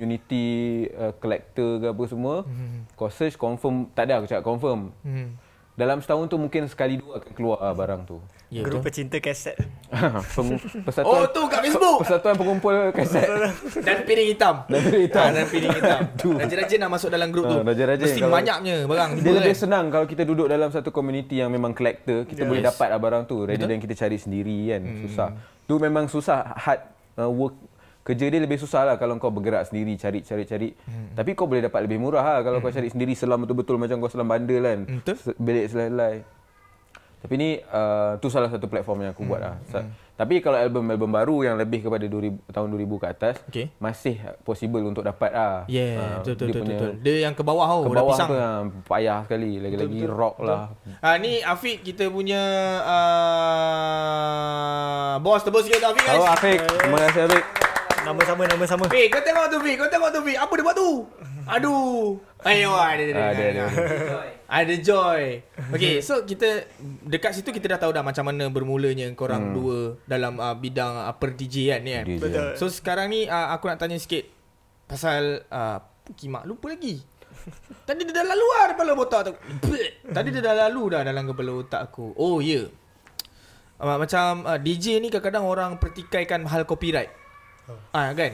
[SPEAKER 2] community uh, collector ke apa semua. Hmm. Kau search confirm tak ada aku cakap confirm.
[SPEAKER 1] Hmm.
[SPEAKER 2] Dalam setahun tu mungkin sekali dua akan keluar ah, barang tu.
[SPEAKER 1] Ya,
[SPEAKER 3] Grup
[SPEAKER 1] betul.
[SPEAKER 3] pecinta kaset.
[SPEAKER 2] Peng-
[SPEAKER 1] Oh,
[SPEAKER 2] Persatuan
[SPEAKER 1] tu kat Facebook.
[SPEAKER 2] Persatuan pengumpul kaset.
[SPEAKER 1] Dan piring hitam.
[SPEAKER 2] Dan piring hitam.
[SPEAKER 1] Ah, dan piring hitam.
[SPEAKER 2] Aduh.
[SPEAKER 1] Raja-raja nak masuk dalam grup tu.
[SPEAKER 2] Ah, raja-raja
[SPEAKER 1] Mesti
[SPEAKER 2] kalau-
[SPEAKER 1] banyaknya barang.
[SPEAKER 2] Dia
[SPEAKER 1] tiba
[SPEAKER 2] lebih
[SPEAKER 1] kan.
[SPEAKER 2] senang kalau kita duduk dalam satu community yang memang collector, kita
[SPEAKER 3] Yes.
[SPEAKER 2] boleh dapat lah barang tu rather than kita cari sendiri kan.
[SPEAKER 1] Hmm.
[SPEAKER 2] Susah. Tu memang susah hard uh, work kerja dia lebih susah lah kalau kau bergerak sendiri cari cari cari.
[SPEAKER 1] Hmm.
[SPEAKER 2] Tapi kau boleh dapat lebih murah lah kalau kau cari sendiri selam betul-betul macam kau selam bandel kan.
[SPEAKER 1] Betul.
[SPEAKER 2] Se- Belik selai-selai. Tapi ni uh, tu salah satu platform yang aku buat lah.
[SPEAKER 1] Hmm.
[SPEAKER 2] Sa- Tapi kalau album-album baru yang lebih kepada 2000, tahun 2000 ke atas
[SPEAKER 1] Okey.
[SPEAKER 2] masih possible untuk dapat lah.
[SPEAKER 1] Yeah,
[SPEAKER 2] Ah,
[SPEAKER 1] betul, betul,
[SPEAKER 2] dia
[SPEAKER 1] betul,
[SPEAKER 2] punya
[SPEAKER 1] betul. Dia yang ke bawah tau, Oh,
[SPEAKER 2] ke
[SPEAKER 1] dah
[SPEAKER 2] bawah
[SPEAKER 1] pisang.
[SPEAKER 2] tu ah, payah sekali lagi-lagi rock lah
[SPEAKER 1] Ha, ni Afiq kita punya uh, bos tebus sikit untuk Afiq guys.
[SPEAKER 2] Hello Afiq terima kasih Afiq
[SPEAKER 1] Eh,
[SPEAKER 3] Nama sama, nama sama.
[SPEAKER 1] Fik, kau tengok tu Fik, kau tengok tu Fik. Apa dia buat tu? Aduh. Ayo, ada ada.
[SPEAKER 2] Ada, ada, ada.
[SPEAKER 1] Ada joy. Okay, so kita dekat situ kita dah tahu dah macam mana bermulanya
[SPEAKER 2] Hmm.
[SPEAKER 1] korang dua dalam uh, bidang uh, per DJ kan ni kan.
[SPEAKER 2] DJ.
[SPEAKER 3] Betul.
[SPEAKER 1] So sekarang ni uh, aku nak tanya sikit pasal uh, kimak lupa lagi. Tadi dia dah lalu lah kepala otak tu. Tadi dia dah lalu dah dalam kepala otak aku. Oh ya. Yeah. Uh, macam uh, DJ ni kadang-kadang orang pertikaikan hal copyright. Ah kan?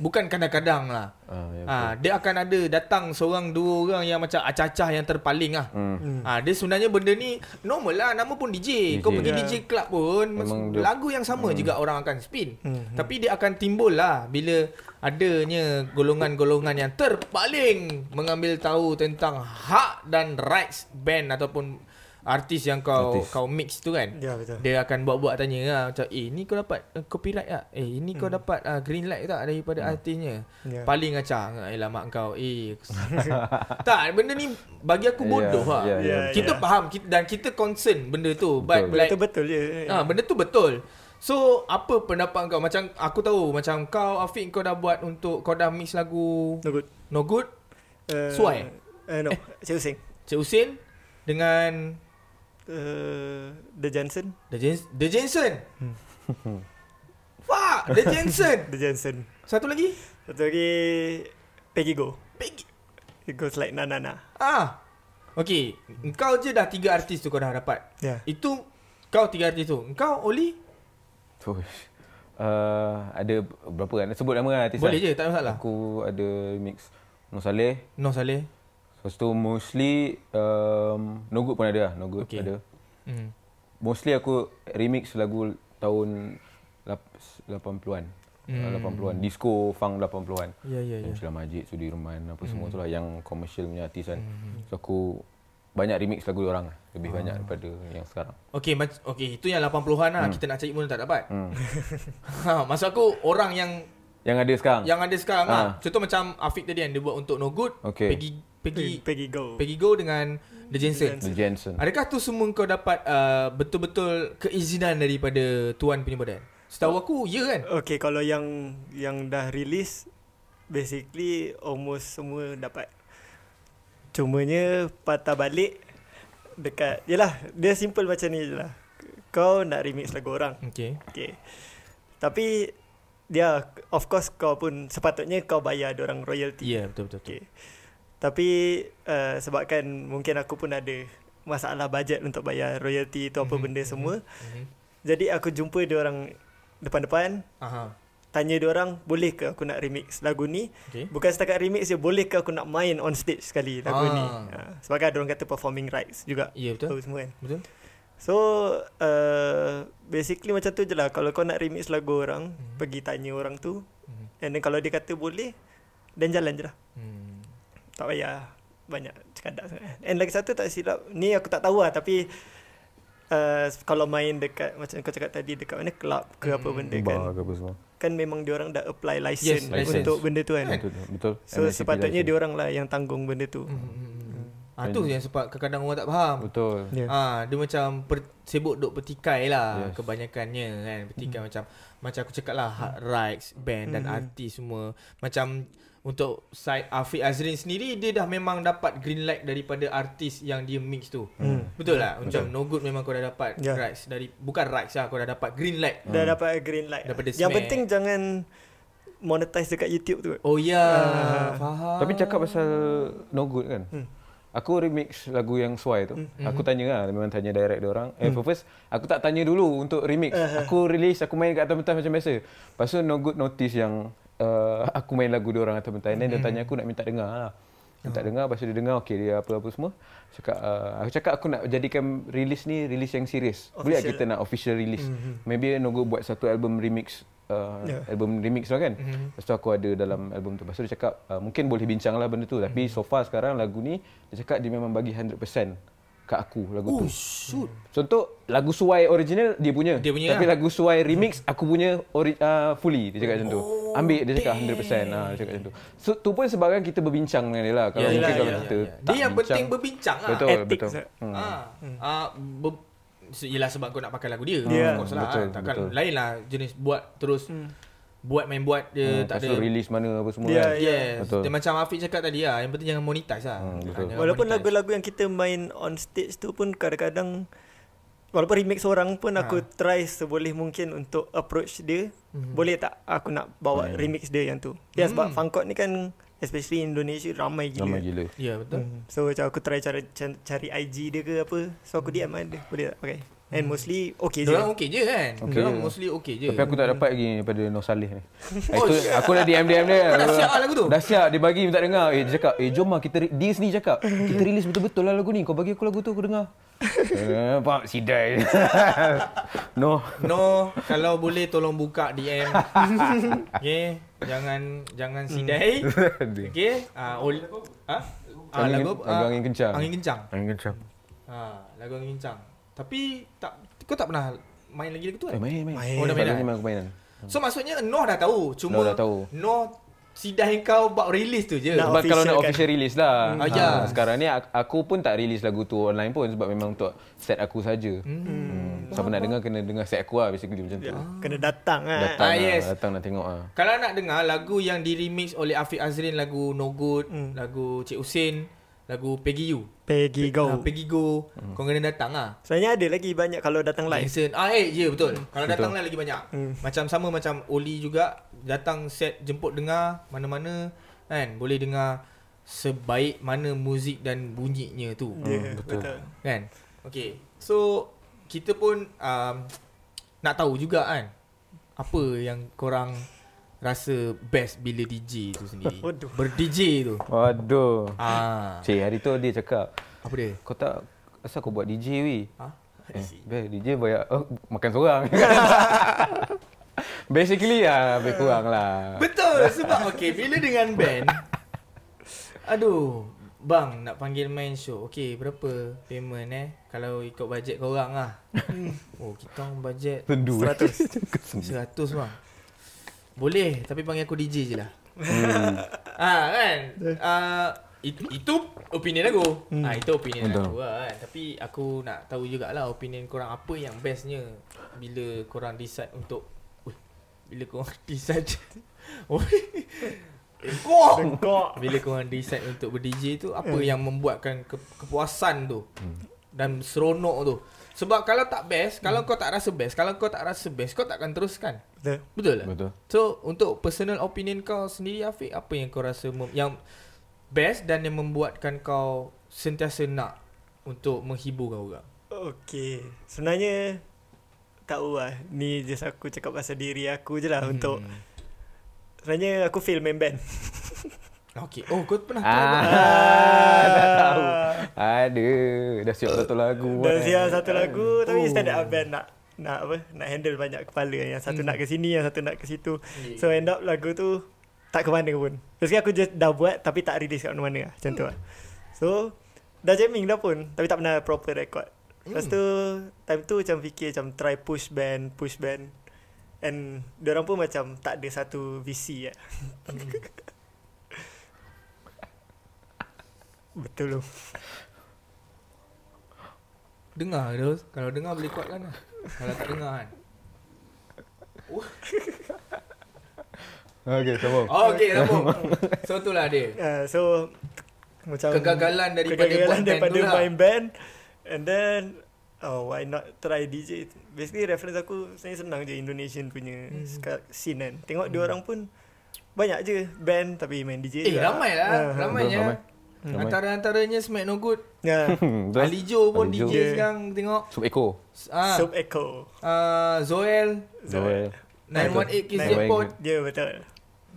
[SPEAKER 1] Bukan kadang-kadang lah.
[SPEAKER 2] Ah, ya,
[SPEAKER 1] Ah, dia akan ada datang seorang dua orang yang macam acah-acah yang terpaling ah. Hmm. Ah, dia sebenarnya benda ni normal lah nama pun DJ. Kau
[SPEAKER 2] DJ.
[SPEAKER 1] pergi
[SPEAKER 3] Ya.
[SPEAKER 1] DJ club pun
[SPEAKER 2] Memang dia- Hmm.
[SPEAKER 1] lagu yang sama juga orang akan spin. Tapi dia akan timbul lah bila adanya golongan-golongan yang terpaling mengambil tahu tentang hak dan rights band ataupun artis yang kau
[SPEAKER 2] Artis.
[SPEAKER 1] kau mix tu kan.
[SPEAKER 3] Ya, betul.
[SPEAKER 1] Dia akan buat-buat tanya lah Macam eh ni kau dapat uh, copyright tak Eh ini kau
[SPEAKER 2] Hmm.
[SPEAKER 1] dapat uh, green light tak Daripada hmm. artisnya
[SPEAKER 3] Ya.
[SPEAKER 1] yeah. Paling acah Eh lah mak kau Eh Tak benda ni Bagi aku bodoh yeah, lah
[SPEAKER 2] Ya, ya, ya,
[SPEAKER 1] yeah,
[SPEAKER 3] betul.
[SPEAKER 1] Kita yeah. faham kita, Dan kita concern benda tu But
[SPEAKER 2] Betul.
[SPEAKER 1] like
[SPEAKER 3] Betul-betul je.
[SPEAKER 1] Ah, benda tu betul. So, apa pendapat kau? Macam aku tahu macam kau Afiq kau dah buat untuk kau dah mix lagu
[SPEAKER 3] No good.
[SPEAKER 1] No Good,
[SPEAKER 3] Uh,
[SPEAKER 1] Suai?
[SPEAKER 3] Uh, no, Cik Hussein.
[SPEAKER 1] Cik Husin dengan
[SPEAKER 3] Uh, The Johnson.
[SPEAKER 1] The, Jens- The Jensen. Fuck, The Jensen.
[SPEAKER 3] The Johnson.
[SPEAKER 1] Satu lagi?
[SPEAKER 3] Satu lagi Peggy Go.
[SPEAKER 1] Big.
[SPEAKER 3] It goes like na na na.
[SPEAKER 1] Ah. Okey, kau je dah tiga artis tu kau dah dapat.
[SPEAKER 3] Ya.
[SPEAKER 1] Itu kau tiga artis tu. Kau Oli
[SPEAKER 2] so, uh, ada berapa kan sebut nama lah artis
[SPEAKER 1] boleh
[SPEAKER 2] kan?
[SPEAKER 1] je, tak ada masalah. Aku.
[SPEAKER 2] aku ada mix Musaleh
[SPEAKER 1] No Saleh.
[SPEAKER 2] lepas tu mostly um, No Good pun ada lah No Good
[SPEAKER 1] Okey.
[SPEAKER 2] ada
[SPEAKER 1] Hmm.
[SPEAKER 2] mostly aku remix lagu tahun lap- 80-an hmm. 80-an disco funk 80-an
[SPEAKER 1] Ya, ya, ya. Hmm.
[SPEAKER 2] Yang Sheila Majid, Sudirman apa semua tu lah yang komersial punya artis kan. So aku banyak remix lagu orang lah.
[SPEAKER 1] Ah.
[SPEAKER 2] lebih banyak daripada yang sekarang.
[SPEAKER 1] Okey, mac- okey, itu yang 80-an lah. Kita nak cari pun tak dapat. ha, maksud aku orang yang
[SPEAKER 2] Yang ada sekarang.
[SPEAKER 1] yang ada sekarang
[SPEAKER 2] Ah.
[SPEAKER 1] lah. Contoh macam Afiq tadi kan dia buat untuk No Good,
[SPEAKER 2] Okey.
[SPEAKER 1] Peggy Peggy
[SPEAKER 3] Peggy Go.
[SPEAKER 1] Peggy Go dengan The Jensen.
[SPEAKER 2] The Jensen.
[SPEAKER 1] Adakah tu semua kau dapat uh, betul-betul keizinan daripada tuan punya badan? Setahu aku, ya kan?
[SPEAKER 3] Okay, kalau yang yang dah release basically almost semua dapat. Cumanya patah balik dekat Yelah dia simple macam ni je lah. Kau nak remix lagu orang.
[SPEAKER 1] Okey.
[SPEAKER 3] Okay. Tapi dia of course kau pun sepatutnya kau bayar orang royalty.
[SPEAKER 1] Ya, yeah, betul-betul.
[SPEAKER 3] Okay. Tapi uh, sebabkan mungkin aku pun ada masalah bajet untuk bayar royalty tu apa
[SPEAKER 1] Mhm,
[SPEAKER 3] benda semua.
[SPEAKER 1] Mhm.
[SPEAKER 3] Jadi aku jumpa dia orang depan-depan,
[SPEAKER 1] Aha.
[SPEAKER 3] tanya dia orang, "Boleh ke aku nak remix lagu ni?"
[SPEAKER 1] Okey.
[SPEAKER 3] Bukan setakat remix je, boleh ke aku nak main on stage sekali lagu
[SPEAKER 1] Ah.
[SPEAKER 3] ni? Uh, sebab kan dia orang kata performing rights juga.
[SPEAKER 1] Ya, betul.
[SPEAKER 3] Tahu semua kan.
[SPEAKER 1] Betul?
[SPEAKER 3] So uh, Basically macam tu je lah Kalau kau nak remix lagu orang hmm. Pergi tanya orang tu
[SPEAKER 1] Mhm.
[SPEAKER 3] And then kalau dia kata boleh Then jalan je lah
[SPEAKER 1] Hmm.
[SPEAKER 3] Tak payah Banyak cekadak sangat And lagi satu tak silap Ni aku tak tahu lah Tapi uh, Kalau main dekat Macam kau cakap tadi Dekat mana Club ke apa
[SPEAKER 1] Hmm.
[SPEAKER 3] benda kan
[SPEAKER 2] bar ke apa semua.
[SPEAKER 3] Kan memang diorang dah apply
[SPEAKER 1] Yes,
[SPEAKER 3] license
[SPEAKER 2] license.
[SPEAKER 3] Untuk benda tu kan
[SPEAKER 2] Betul. betul.
[SPEAKER 3] So
[SPEAKER 2] MNC
[SPEAKER 3] sepatutnya
[SPEAKER 2] license.
[SPEAKER 3] diorang lah Yang tanggung benda tu
[SPEAKER 1] Hmm. Ah tu yang sebab kadang-kadang orang tak faham.
[SPEAKER 2] Betul.
[SPEAKER 3] Yeah.
[SPEAKER 1] Ah dia macam per, sibuk duk petikai lah
[SPEAKER 2] Ya. Yes. Mm-hmm.
[SPEAKER 1] yes. kebanyakannya kan. Petikai macam macam aku cakap lah hard rights band dan artis semua. Macam untuk side Afiq Azrin sendiri dia dah memang dapat green light daripada artis yang dia mix tu.
[SPEAKER 2] Mm.
[SPEAKER 3] Hmm.
[SPEAKER 1] Betul lah macam no good memang kau dah dapat
[SPEAKER 3] Ya.
[SPEAKER 1] yeah. rights dari bukan rights lah kau dah dapat green light.
[SPEAKER 3] Dah
[SPEAKER 2] Mm.
[SPEAKER 3] dapat green light.
[SPEAKER 1] Daripada
[SPEAKER 3] Yang
[SPEAKER 1] Smack.
[SPEAKER 3] penting jangan monetize dekat YouTube tu.
[SPEAKER 1] Oh ya, yeah.
[SPEAKER 3] Ah.
[SPEAKER 1] faham.
[SPEAKER 2] Tapi cakap pasal No Good kan. Hmm. Aku remix lagu yang Suai tu. Hmm. Aku tanya lah, memang tanya direct dia orang. Eh, first aku tak tanya dulu untuk remix. Aku release, aku main kat atas macam biasa. Lepas tu No Good notice yang uh, aku main lagu dia orang atas mentas. Then dia tanya aku nak minta dengar lah. Minta dengar, lepas tu dia dengar, okey dia apa-apa semua. Cakap, uh, aku cakap aku nak jadikan release ni, release yang Oh, serius. Boleh tak
[SPEAKER 3] Official.
[SPEAKER 2] kita nak official release? Mm-hmm.
[SPEAKER 1] Mhm.
[SPEAKER 2] Maybe No Good buat satu album remix uh,
[SPEAKER 3] Ya.
[SPEAKER 2] album remix lah kan. Mm-hmm.
[SPEAKER 1] Mhm.
[SPEAKER 2] Lepas tu aku ada dalam album tu. Lepas tu dia cakap uh, mungkin boleh bincang lah benda tu.
[SPEAKER 1] Mhm.
[SPEAKER 2] Tapi so far sekarang lagu ni dia cakap dia memang bagi 100% kat aku lagu
[SPEAKER 1] Oh
[SPEAKER 2] tu.
[SPEAKER 1] shoot.
[SPEAKER 2] Contoh lagu Suai original dia punya.
[SPEAKER 1] Dia punya
[SPEAKER 2] Tapi
[SPEAKER 1] lah.
[SPEAKER 2] lagu Suai remix aku punya ori- uh, fully dia cakap macam tu.
[SPEAKER 1] Oh,
[SPEAKER 2] Ambil dia cakap 100%. Ha, dia cakap macam tu. So tu pun sebabkan kita berbincang dengan dia lah. Kalau
[SPEAKER 1] Yalah,
[SPEAKER 2] mungkin kalau
[SPEAKER 1] yalah,
[SPEAKER 2] kita
[SPEAKER 1] yalah.
[SPEAKER 2] tak
[SPEAKER 1] ya, Dia yang penting berbincang lah.
[SPEAKER 2] Betul,
[SPEAKER 3] Ethics
[SPEAKER 2] betul.
[SPEAKER 3] lah.
[SPEAKER 2] Hmm.
[SPEAKER 1] Ah, ah, be- se- yelah sebab kau nak pakai lagu dia.
[SPEAKER 3] Ya. Hmm.
[SPEAKER 1] Of course lah.
[SPEAKER 2] Betul,
[SPEAKER 1] Betul, takkan
[SPEAKER 2] betul.
[SPEAKER 1] lain lah jenis buat terus buat main buat dia
[SPEAKER 2] Hmm,
[SPEAKER 1] tak
[SPEAKER 2] lepas tu
[SPEAKER 1] ada. Ya,
[SPEAKER 2] release mana apa semua
[SPEAKER 3] Dia-
[SPEAKER 2] kan.
[SPEAKER 1] Yes.
[SPEAKER 2] Betul.
[SPEAKER 1] Dia macam Afiq cakap tadi lah. Yang penting jangan monetize lah.
[SPEAKER 2] Hmm, betul.
[SPEAKER 1] Jangan
[SPEAKER 3] Walaupun
[SPEAKER 1] monetize.
[SPEAKER 3] lagu-lagu yang kita main on stage tu pun kadang-kadang walaupun remix orang pun aku
[SPEAKER 2] Ha.
[SPEAKER 3] try seboleh mungkin untuk approach dia.
[SPEAKER 2] Mhm.
[SPEAKER 3] Boleh tak aku nak bawa remix dia yang tu. Ya sebab Funkot ni kan especially Indonesia ramai gila.
[SPEAKER 2] Hmm. Ramai gila.
[SPEAKER 1] Ya betul.
[SPEAKER 3] Hmm. So macam aku try cari cari- cari IG dia ke apa. So aku DM
[SPEAKER 2] Hmm.
[SPEAKER 3] ada. Boleh tak pakai? And mostly okay je.
[SPEAKER 1] Dia orang okey je kan.
[SPEAKER 2] Okey
[SPEAKER 1] Dia orang
[SPEAKER 2] je.
[SPEAKER 1] mostly okey je.
[SPEAKER 2] Tapi aku tak dapat lagi daripada Noh Saleh ni.
[SPEAKER 1] Oh,
[SPEAKER 2] Itu,
[SPEAKER 1] shit.
[SPEAKER 2] aku dah DM-DM dia.
[SPEAKER 1] Kau dah siap lah lagu tu?
[SPEAKER 2] Dah siap. Dia bagi minta dengar. Eh, dia cakap, eh jom lah kita, re- dia sendiri cakap, kita release betul-betul lah lagu ni. Kau bagi aku lagu tu, aku dengar. Eh, pak, sidai. no.
[SPEAKER 1] No, kalau boleh tolong buka DM. okay, jangan jangan
[SPEAKER 2] Hmm.
[SPEAKER 1] sidai. Okay, ah ol, ah, ah
[SPEAKER 2] Angin-
[SPEAKER 1] lagu
[SPEAKER 2] lagu angin kencang.
[SPEAKER 1] Angin kencang.
[SPEAKER 2] Angin kencang.
[SPEAKER 1] Ha, lagu angin kencang. Tapi tak kau tak pernah main lagi lagu tu
[SPEAKER 2] Eh,
[SPEAKER 1] kan?
[SPEAKER 2] main, main.
[SPEAKER 3] Main.
[SPEAKER 1] Oh, dah main
[SPEAKER 2] Lagu
[SPEAKER 1] dah?
[SPEAKER 2] ni main aku mainan.
[SPEAKER 1] So maksudnya Noh dah tahu. Cuma
[SPEAKER 2] Noh dah tahu.
[SPEAKER 1] Noh sidah kau buat release tu je.
[SPEAKER 3] Nak
[SPEAKER 2] Sebab kalau nak
[SPEAKER 3] officialkan.
[SPEAKER 2] official release lah.
[SPEAKER 1] kan? Ah, ya.
[SPEAKER 2] Sekarang ni ak- aku pun tak release lagu tu online pun sebab memang untuk set aku saja. Hmm. Siapa nak dengar kena dengar set aku lah basically macam tu.
[SPEAKER 3] Ya, Kena datang ah.
[SPEAKER 2] Datang,
[SPEAKER 1] Ah,
[SPEAKER 2] lah,
[SPEAKER 1] yes.
[SPEAKER 2] datang nak tengok ah.
[SPEAKER 1] Kalau nak dengar lagu yang di remix oleh Afiq Azrin lagu No Good,
[SPEAKER 3] Hmm.
[SPEAKER 1] lagu Cik Usin, lagu Peggy You.
[SPEAKER 3] Pergi go.
[SPEAKER 1] Ha, Peggy Go.
[SPEAKER 2] Hmm.
[SPEAKER 1] Kau kena datang ah.
[SPEAKER 3] Sebenarnya ada lagi banyak kalau datang live.
[SPEAKER 1] Listen. Ah eh ya yeah, betul. Kalau datang lah lagi banyak.
[SPEAKER 3] Hmm.
[SPEAKER 1] Macam sama macam Oli juga datang set jemput dengar mana-mana kan boleh dengar sebaik mana muzik dan bunyinya tu.
[SPEAKER 2] Hmm,
[SPEAKER 3] Ya,
[SPEAKER 2] betul.
[SPEAKER 3] betul.
[SPEAKER 1] Kan? Okay. So kita pun um, nak tahu juga kan apa yang korang rasa best bila DJ tu sendiri.
[SPEAKER 3] Waduh.
[SPEAKER 1] Ber-DJ tu.
[SPEAKER 2] Waduh.
[SPEAKER 1] Ah,
[SPEAKER 2] Cik, hari tu dia cakap,
[SPEAKER 1] apa dia?
[SPEAKER 2] kau tak, asal kau buat DJ weh?
[SPEAKER 1] Ha?
[SPEAKER 2] Eh, best, DJ bayar, oh, makan seorang. Basically lah, lebih kurang lah.
[SPEAKER 1] Betul sebab okey bila dengan band aduh bang nak panggil main show okey berapa payment eh kalau ikut bajet korang lah oh kita orang bajet
[SPEAKER 2] Sendu. 100.
[SPEAKER 1] 100 bang boleh tapi panggil aku DJ je lah ah kan ah it, itu opinion aku ah itu opinion
[SPEAKER 2] Betul.
[SPEAKER 1] aku lah kan tapi aku nak tahu jugalah opinion korang apa yang bestnya bila korang decide untuk Ui, bila korang decide Ui, Dengkok
[SPEAKER 3] Dengkok.
[SPEAKER 1] bila korang decide untuk ber-DJ tu
[SPEAKER 3] Hmm.
[SPEAKER 1] Apa yang membuatkan ke- kepuasan tu Dan seronok tu Sebab kalau tak best
[SPEAKER 3] Hmm.
[SPEAKER 1] Kalau kau tak rasa best Kalau kau tak rasa best Kau takkan teruskan
[SPEAKER 3] Betul.
[SPEAKER 1] Betul tak?
[SPEAKER 2] Betul.
[SPEAKER 1] So untuk personal opinion kau sendiri Afiq Apa yang kau rasa mem- Yang best Dan yang membuatkan kau Sentiasa nak Untuk menghibur kau orang
[SPEAKER 3] Okay Sebenarnya Tak tahu lah Ni just aku cakap pasal diri aku je lah hmm. Untuk Sebenarnya aku fail main band
[SPEAKER 1] Okay Oh kau pernah try
[SPEAKER 2] Ah,
[SPEAKER 1] ah.
[SPEAKER 2] tak tahu. Ada, dah siap satu lagu. eh.
[SPEAKER 3] Dah siap satu lagu Tapi stand up band nak Nak apa Nak handle banyak kepala Yang satu nak ke sini Yang satu nak ke situ So end up lagu tu Tak ke mana pun Basically aku just dah buat Tapi tak release kat mana-mana lah Macam tu lah So Dah jamming dah pun Tapi tak pernah proper record
[SPEAKER 1] Hmm.
[SPEAKER 3] Lepas tu Time tu macam fikir Macam try push band Push band And Diorang pun macam Tak ada satu VC lah Betul loh
[SPEAKER 1] Dengar terus. Kalau dengar boleh kuatkan lah. Kalau tak dengar kan.
[SPEAKER 2] Okay, sambung.
[SPEAKER 1] Oh, okay, sambung. lah, So itulah dia.
[SPEAKER 3] Uh, so macam
[SPEAKER 1] Kegagalan daripada
[SPEAKER 3] kegagalan
[SPEAKER 1] buat band
[SPEAKER 3] daripada
[SPEAKER 1] tu lah.
[SPEAKER 3] main band and then oh why not try DJ basically reference aku sebenarnya senang je Indonesian punya
[SPEAKER 1] Hmm.
[SPEAKER 3] ska- scene kan tengok dia orang pun banyak je band tapi main DJ
[SPEAKER 1] Eh, ramai
[SPEAKER 3] Ah,
[SPEAKER 1] lah. Ramainya.
[SPEAKER 2] Ramai.
[SPEAKER 1] Antara-antaranya Smack No Good.
[SPEAKER 3] yeah.
[SPEAKER 2] Hmm,
[SPEAKER 1] Ali Jo pun DJ
[SPEAKER 2] Ali Jo.
[SPEAKER 3] Yeah.
[SPEAKER 1] sekarang tengok.
[SPEAKER 2] Sub Echo.
[SPEAKER 1] Ah,
[SPEAKER 3] Sub Echo
[SPEAKER 1] ah, Zoel.
[SPEAKER 2] Zoel.
[SPEAKER 1] 918 Kiss
[SPEAKER 3] Nine-
[SPEAKER 1] Jackpot.
[SPEAKER 3] dia Ya, betul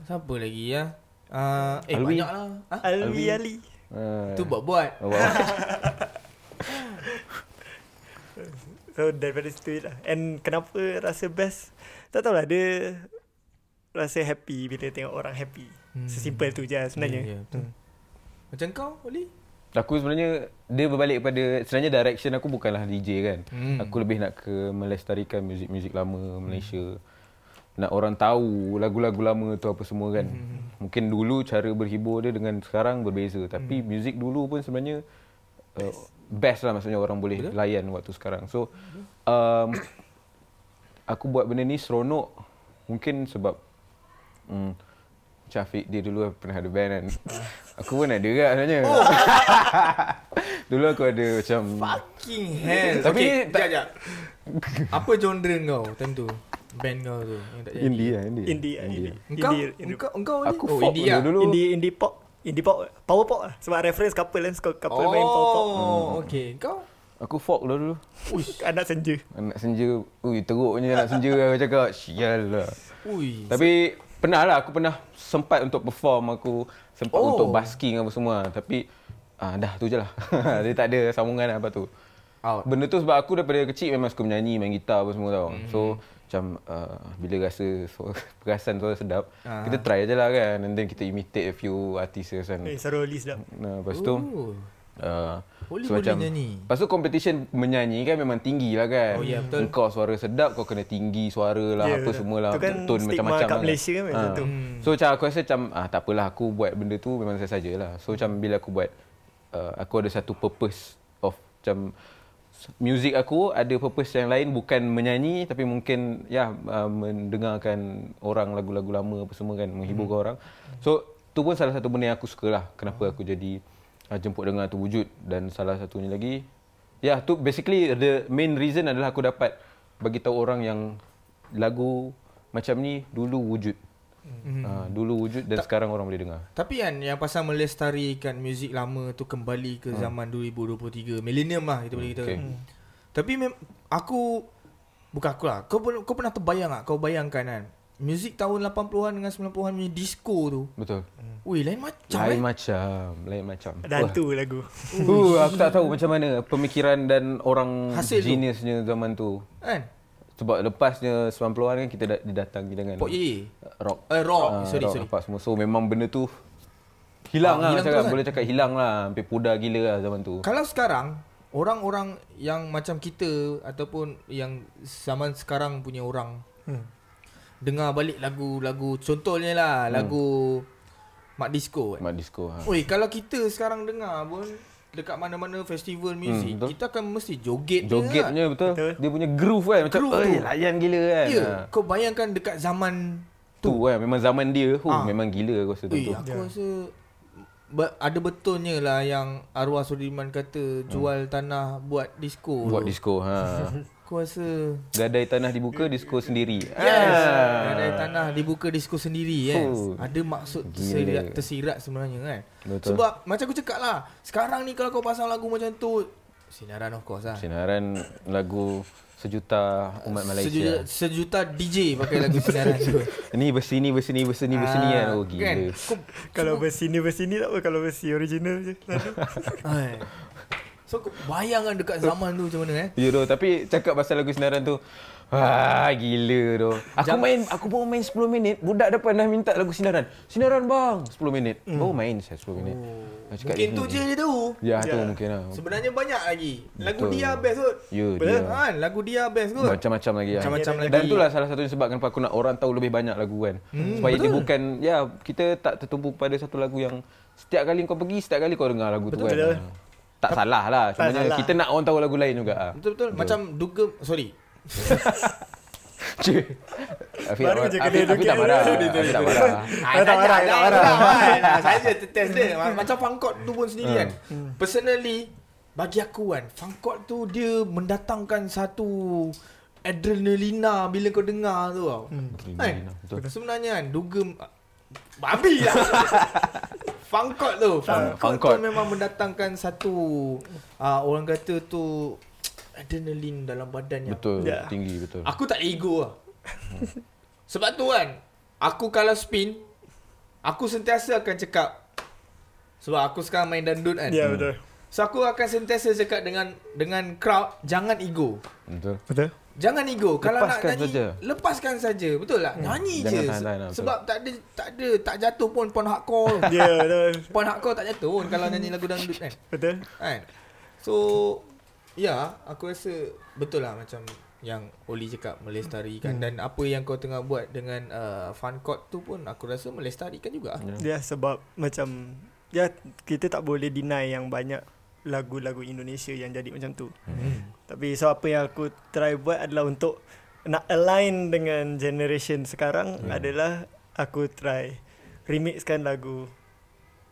[SPEAKER 1] Siapa lagi ya? Ah, eh,
[SPEAKER 2] Alwi.
[SPEAKER 1] banyak lah. Ha?
[SPEAKER 2] Alwi.
[SPEAKER 3] Alwi Ali
[SPEAKER 2] Ah.
[SPEAKER 1] Tu buat-buat.
[SPEAKER 2] Oh, wow.
[SPEAKER 3] So daripada situ je lah And kenapa rasa best Tak tahulah dia Rasa happy bila tengok orang happy
[SPEAKER 1] Hmm.
[SPEAKER 3] hmm. Sesimpel tu je lah sebenarnya
[SPEAKER 1] Ya, ya, betul. Macam kau, Oli?
[SPEAKER 2] Aku sebenarnya dia berbalik pada sebenarnya direction aku bukanlah DJ kan.
[SPEAKER 1] Hmm.
[SPEAKER 2] Hmm. Aku lebih nak ke melestarikan muzik-muzik lama Malaysia. Nak orang tahu lagu-lagu lama tu apa semua kan. Hmm. Mungkin dulu cara berhibur dia dengan sekarang berbeza tapi hmm. muzik dulu pun sebenarnya uh, best lah maksudnya orang boleh Betul? layan waktu sekarang. So um, aku buat benda ni seronok mungkin sebab hmm, Syafiq dia dulu pernah ada band kan. Aku pun ada juga sebenarnya. dulu aku ada macam
[SPEAKER 1] Fucking hell.
[SPEAKER 2] Tapi
[SPEAKER 1] okay,
[SPEAKER 2] tak-
[SPEAKER 1] tak... Jap, jap. Apa genre kau time tu? Band kau tu? Yang tak jadi.
[SPEAKER 2] indie lah, indie.
[SPEAKER 3] Indie lah, indie.
[SPEAKER 1] Engkau?
[SPEAKER 3] Indie- indie.
[SPEAKER 1] Engkau? Engkau Oli?
[SPEAKER 2] Aku folk
[SPEAKER 1] indie ah.
[SPEAKER 2] dulu.
[SPEAKER 3] Indie indie pop Indie pop Power pop lah Sebab reference couple kan Suka couple main power pop
[SPEAKER 2] Hmm.
[SPEAKER 1] Oh, okay. Kau?
[SPEAKER 2] Aku folk lah dulu.
[SPEAKER 1] Oh.
[SPEAKER 3] Uish. Anak senja
[SPEAKER 2] Anak senja. Ui, teruknya anak senja aku cakap. Sial lah.
[SPEAKER 1] Ui.
[SPEAKER 2] Tapi pernah lah aku pernah sempat untuk perform aku sempat
[SPEAKER 1] Oh.
[SPEAKER 2] oh. untuk basking apa semua tapi ah, dah tu je lah dia tak ada sambungan apa tu
[SPEAKER 1] Out.
[SPEAKER 2] benda tu sebab aku daripada kecil memang suka menyanyi main gitar apa semua tau so
[SPEAKER 1] Mhm.
[SPEAKER 2] macam uh, bila rasa so, perasaan suara sedap
[SPEAKER 1] Ah.
[SPEAKER 2] kita try je lah kan and then kita imitate a few artists kan
[SPEAKER 3] Eh suara Oli sedap
[SPEAKER 2] nah, lepas tu
[SPEAKER 1] Oh.
[SPEAKER 2] Uh,
[SPEAKER 1] Boleh- boleh nyanyi.
[SPEAKER 2] Lepas tu competition menyanyi kan memang tinggi lah
[SPEAKER 1] Oh,
[SPEAKER 2] kan
[SPEAKER 1] ya, betul.
[SPEAKER 2] Kau suara sedap kau kena tinggi suara lah yeah,
[SPEAKER 3] Ya,
[SPEAKER 2] apa
[SPEAKER 3] betul.
[SPEAKER 2] semualah
[SPEAKER 3] Tu kan
[SPEAKER 2] Tone
[SPEAKER 3] stigma
[SPEAKER 2] macam-macam
[SPEAKER 3] kat
[SPEAKER 2] lah.
[SPEAKER 3] Malaysia kan macam tu.
[SPEAKER 2] So macam aku rasa macam ah, tak apalah aku buat benda tu memang saya sajalah So macam bila aku buat uh, aku ada satu purpose of macam Music aku ada purpose yang lain bukan menyanyi tapi mungkin ya uh, mendengarkan orang lagu-lagu lama apa semua kan menghiburkan orang. So tu pun salah satu benda yang aku suka lah kenapa aku jadi uh, jemput dengar tu wujud dan salah satunya lagi ya tu basically the main reason adalah aku dapat bagi tahu orang yang lagu macam ni dulu wujud. Hmm. Uh, dulu wujud dan sekarang orang boleh dengar.
[SPEAKER 1] Tapi kan yang pasal melestarikan muzik lama tu kembali
[SPEAKER 2] Hmm.
[SPEAKER 1] ke zaman 2023 millennium lah kita boleh kita.
[SPEAKER 2] Okay.
[SPEAKER 1] Hmm. Tapi mem- aku bukan aku lah. Kau pun- kau pernah terbayang tak? Kau bayangkan kan muzik tahun 80-an dengan 90-an punya disco tu.
[SPEAKER 2] Betul.
[SPEAKER 1] Weh lain macam
[SPEAKER 2] Hmm. Lain
[SPEAKER 1] eh.
[SPEAKER 2] macam, lain macam.
[SPEAKER 3] Dan
[SPEAKER 2] Wah.
[SPEAKER 3] tu lagu
[SPEAKER 2] Uh, aku tak tahu macam mana pemikiran dan orang
[SPEAKER 1] Hasil
[SPEAKER 2] Hasil
[SPEAKER 1] tu.
[SPEAKER 2] geniusnya zaman tu.
[SPEAKER 1] Kan?
[SPEAKER 2] Sebab lepasnya 90-an kan kita da- didatangi dengan
[SPEAKER 1] Pop Ye.
[SPEAKER 2] rock.
[SPEAKER 1] Eh rock.
[SPEAKER 2] Ah,
[SPEAKER 1] sorry
[SPEAKER 2] rock
[SPEAKER 1] sorry.
[SPEAKER 2] apa semua. So memang benda tu
[SPEAKER 1] Ah,
[SPEAKER 2] hilang lah
[SPEAKER 1] hilang
[SPEAKER 2] cakap.
[SPEAKER 1] terus kan?
[SPEAKER 2] Boleh cakap hilang lah. Sampai pudar gila lah zaman tu.
[SPEAKER 1] Kalau sekarang orang-orang yang macam kita ataupun yang zaman sekarang punya orang
[SPEAKER 3] hmm.
[SPEAKER 1] dengar balik lagu-lagu contohnya lah hmm. lagu Mak Disco kan.
[SPEAKER 2] Mat disco. Ha.
[SPEAKER 1] Oi, kalau kita sekarang dengar pun dekat mana-mana festival muzik,
[SPEAKER 2] betul.
[SPEAKER 1] hmm, kita akan mesti joget je lah.
[SPEAKER 2] Jogetnya betul.
[SPEAKER 3] Betul.
[SPEAKER 2] Dia punya groove kan. Macam
[SPEAKER 1] Groove
[SPEAKER 2] "Oi,
[SPEAKER 1] tu.
[SPEAKER 2] layan gila
[SPEAKER 1] kan.
[SPEAKER 2] kan.
[SPEAKER 1] Ya,
[SPEAKER 2] Ha.
[SPEAKER 1] kau bayangkan dekat zaman
[SPEAKER 2] Tu kan memang zaman dia. Oh,
[SPEAKER 1] Ah.
[SPEAKER 2] memang gila aku rasa tu.
[SPEAKER 1] Ui,
[SPEAKER 2] tu.
[SPEAKER 1] aku
[SPEAKER 3] Ya.
[SPEAKER 1] rasa ba- ada betulnya lah yang arwah Sudirman kata jual tanah buat disco.
[SPEAKER 2] Buat
[SPEAKER 1] tu.
[SPEAKER 2] disco. Ha.
[SPEAKER 1] Aku rasa
[SPEAKER 2] Gadai tanah dibuka, disco sendiri. Ah.
[SPEAKER 1] Yes. Ada tanah dibuka disco sendiri yes.
[SPEAKER 2] Oh.
[SPEAKER 1] Ada maksud
[SPEAKER 2] Gila.
[SPEAKER 1] tersirat, tersirat sebenarnya kan.
[SPEAKER 2] Betul.
[SPEAKER 1] Sebab macam aku cakap lah, sekarang ni kalau kau pasang lagu macam tu sinaran of course lah.
[SPEAKER 2] Sinaran lagu sejuta umat
[SPEAKER 1] Sejuta,
[SPEAKER 2] Malaysia.
[SPEAKER 1] sejuta DJ pakai lagu sinaran tu.
[SPEAKER 2] Ini bersini, bersini, bersini, bersini
[SPEAKER 1] Ah,
[SPEAKER 2] kan. Oh, gila. Kan?
[SPEAKER 1] Kau-
[SPEAKER 3] Kalau bersini bersini tak apa Kalau versi original je lagu.
[SPEAKER 1] Hai. So kau bayangkan dekat zaman tu macam mana eh.
[SPEAKER 2] Ya doh, tapi cakap pasal lagu sinaran tu Wah, gila doh. Aku
[SPEAKER 1] Jam-
[SPEAKER 2] main aku baru main 10 minit, budak depan dah minta lagu sinaran. Sinaran bang, 10 minit. Mm. Oh, main saya 10 minit. Oh.
[SPEAKER 1] Hmm. Mungkin tu je dia tahu.
[SPEAKER 2] Ya, tu
[SPEAKER 3] Ya.
[SPEAKER 2] mungkin lah.
[SPEAKER 1] Sebenarnya banyak lagi. Lagu
[SPEAKER 2] Betul.
[SPEAKER 1] dia best kot.
[SPEAKER 2] Ya,
[SPEAKER 1] Betul
[SPEAKER 2] dia.
[SPEAKER 1] kan? Lagu dia best kot.
[SPEAKER 2] Macam-macam lagi lah.
[SPEAKER 1] Macam-macam lagi.
[SPEAKER 2] Dan itulah salah satunya sebab kenapa aku nak orang tahu lebih banyak lagu kan. Hmm, Supaya dia bukan ya kita tak tertumpu pada satu lagu yang setiap kali kau pergi setiap kali kau dengar lagu tu kan.
[SPEAKER 3] betul.
[SPEAKER 2] Ha. tak salah lah.
[SPEAKER 3] Tak
[SPEAKER 2] Cuma
[SPEAKER 3] salah.
[SPEAKER 2] kita nak orang tahu lagu lain juga. ah.
[SPEAKER 1] Betul-betul Macam duga Sorry
[SPEAKER 2] Cik. Afiq,
[SPEAKER 3] Baru
[SPEAKER 2] Baru je
[SPEAKER 3] je kena
[SPEAKER 2] Afiq, Afiq tak
[SPEAKER 3] duduk.
[SPEAKER 2] marah.
[SPEAKER 3] Sorry,
[SPEAKER 2] Afiq tak
[SPEAKER 3] sorry.
[SPEAKER 2] marah.
[SPEAKER 1] Ah,
[SPEAKER 3] tak marah, tak marah.
[SPEAKER 1] Ah, Saya je test dia Ma- Macam fangkot tu pun sendiri kan Personally Bagi aku kan Fangkot tu dia mendatangkan satu Adrenalina bila kau dengar tu tau
[SPEAKER 2] Adrenalina, betul.
[SPEAKER 1] Kan? Sebenarnya kan Duga Babi lah Fangkot tu Fangkot,
[SPEAKER 2] Fangkot.
[SPEAKER 1] tu memang mendatangkan satu uh, Orang kata tu Adrenalin dalam badan yang
[SPEAKER 2] Betul,
[SPEAKER 3] Ya.
[SPEAKER 2] tinggi betul.
[SPEAKER 1] Aku tak ego lah. Sebab tu kan, aku kalau spin, aku sentiasa akan cakap. Sebab aku sekarang main dandut kan.
[SPEAKER 3] Ya betul.
[SPEAKER 1] So aku akan sentiasa cakap dengan dengan crowd, jangan ego.
[SPEAKER 2] Betul.
[SPEAKER 3] Betul.
[SPEAKER 1] Jangan ego. Kalau nak
[SPEAKER 2] Lepaskan
[SPEAKER 1] nyanyi,
[SPEAKER 2] saja.
[SPEAKER 1] lepaskan saja. Betul
[SPEAKER 3] Hmm.
[SPEAKER 1] tak? Nyanyi
[SPEAKER 2] Jangan
[SPEAKER 1] je.
[SPEAKER 2] tahan-tahan lah, betul.
[SPEAKER 1] Sebab tak ada tak ada tak jatuh pun pon hardcore. tu.
[SPEAKER 3] Ya betul.
[SPEAKER 1] pon hardcore tak jatuh pun kalau nyanyi lagu dandut kan.
[SPEAKER 3] Betul.
[SPEAKER 1] Kan? So Ya Aku rasa Betul lah macam Yang Oli cakap Melestarikan hmm. Dan apa yang kau tengah buat Dengan uh, fun court tu pun Aku rasa melestarikan juga
[SPEAKER 2] Ya.
[SPEAKER 3] Ya sebab macam ya kita tak boleh deny yang banyak lagu-lagu Indonesia yang jadi macam tu.
[SPEAKER 1] hmm.
[SPEAKER 3] Tapi so apa yang aku try buat adalah untuk nak align dengan generation
[SPEAKER 2] Ya.
[SPEAKER 3] sekarang yeah. adalah aku try remixkan lagu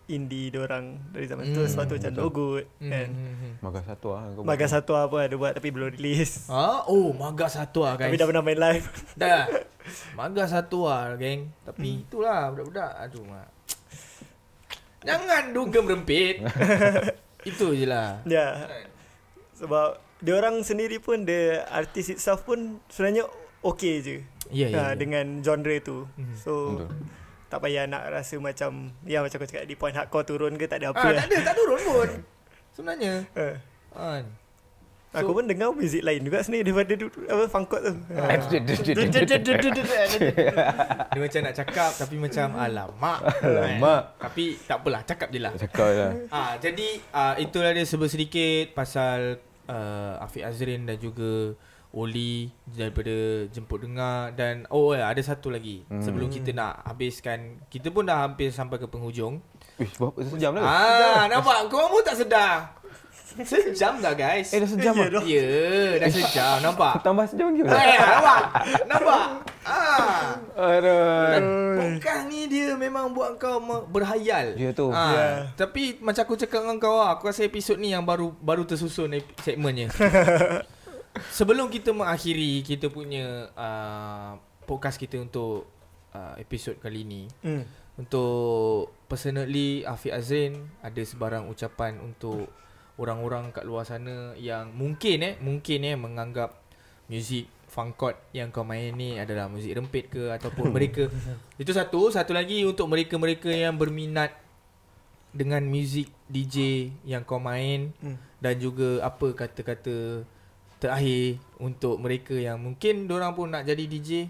[SPEAKER 3] indie dorang dari zaman
[SPEAKER 1] Hmm,
[SPEAKER 3] tu sebab tu macam
[SPEAKER 2] betul.
[SPEAKER 3] Logut
[SPEAKER 1] Hmm.
[SPEAKER 3] kan.
[SPEAKER 1] hmm.
[SPEAKER 2] Makan satu lah. kau
[SPEAKER 3] Maga
[SPEAKER 2] buat.
[SPEAKER 3] Satwa pun ada buat tapi belum release.
[SPEAKER 1] Ah, oh, Maga Satwa guys.
[SPEAKER 3] Tapi dah pernah main live.
[SPEAKER 1] Dah. Maga Satwa geng. Tapi itulah budak-budak aduh mak. Jangan duga merempit. Itu je lah.
[SPEAKER 3] Ya. Yeah. Sebab dia orang sendiri pun the artist itself pun sebenarnya okay je.
[SPEAKER 1] Ya, ya,
[SPEAKER 3] Ah,
[SPEAKER 1] ya.
[SPEAKER 3] dengan genre tu.
[SPEAKER 1] Mhm.
[SPEAKER 3] So
[SPEAKER 2] Betul.
[SPEAKER 3] tak payah nak rasa macam ya macam kau cakap di point hardcore turun ke tak ada apa.
[SPEAKER 1] Ah,
[SPEAKER 3] lah.
[SPEAKER 1] tak ada, tak turun pun. Sebenarnya.
[SPEAKER 3] Ah.
[SPEAKER 1] Kan. So-
[SPEAKER 3] Aku pun dengar muzik lain juga sini daripada du, apa fangkot tu. Ah.
[SPEAKER 1] Dia macam nak cakap tapi macam alamak.
[SPEAKER 2] Alamak.
[SPEAKER 1] Eh, Tapi tak apalah, cakap je lah.
[SPEAKER 2] Cakap lah.
[SPEAKER 1] Ah, jadi ah, itulah dia sebut sedikit pasal uh, Afiq Azrin dan juga Oli daripada jemput dengar dan oh ya, ada satu lagi hmm. sebelum kita nak habiskan kita pun dah hampir sampai ke penghujung.
[SPEAKER 2] Wih, berapa? Sejam lah.
[SPEAKER 1] Ah, nampak kau pun tak sedar. Sejam dah guys.
[SPEAKER 2] Eh, dah sejam
[SPEAKER 3] Ya,
[SPEAKER 2] lah.
[SPEAKER 1] Ya, dah sejam nampak.
[SPEAKER 2] Tambah sejam lagi pula.
[SPEAKER 1] Eh, nampak. Nampak. Ah. Dan
[SPEAKER 2] Aduh.
[SPEAKER 1] Podcast ni dia memang buat kau me- berhayal.
[SPEAKER 2] Dia tu.
[SPEAKER 1] Ha,
[SPEAKER 3] Ya.
[SPEAKER 1] Tapi macam aku cakap dengan kau lah, aku rasa episod ni yang baru baru tersusun ep- segmennya. Sebelum kita mengakhiri kita punya uh, podcast kita untuk uh, episod kali ni.
[SPEAKER 3] Hmm.
[SPEAKER 1] Untuk personally Afiq Azrin ada sebarang ucapan untuk orang-orang kat luar sana yang mungkin eh mungkin eh menganggap muzik funkot yang kau main ni adalah muzik rempit ke ataupun mereka itu satu satu lagi untuk mereka-mereka yang berminat dengan muzik DJ yang kau main
[SPEAKER 3] Hmm.
[SPEAKER 1] dan juga apa kata-kata terakhir untuk mereka yang mungkin orang pun nak jadi DJ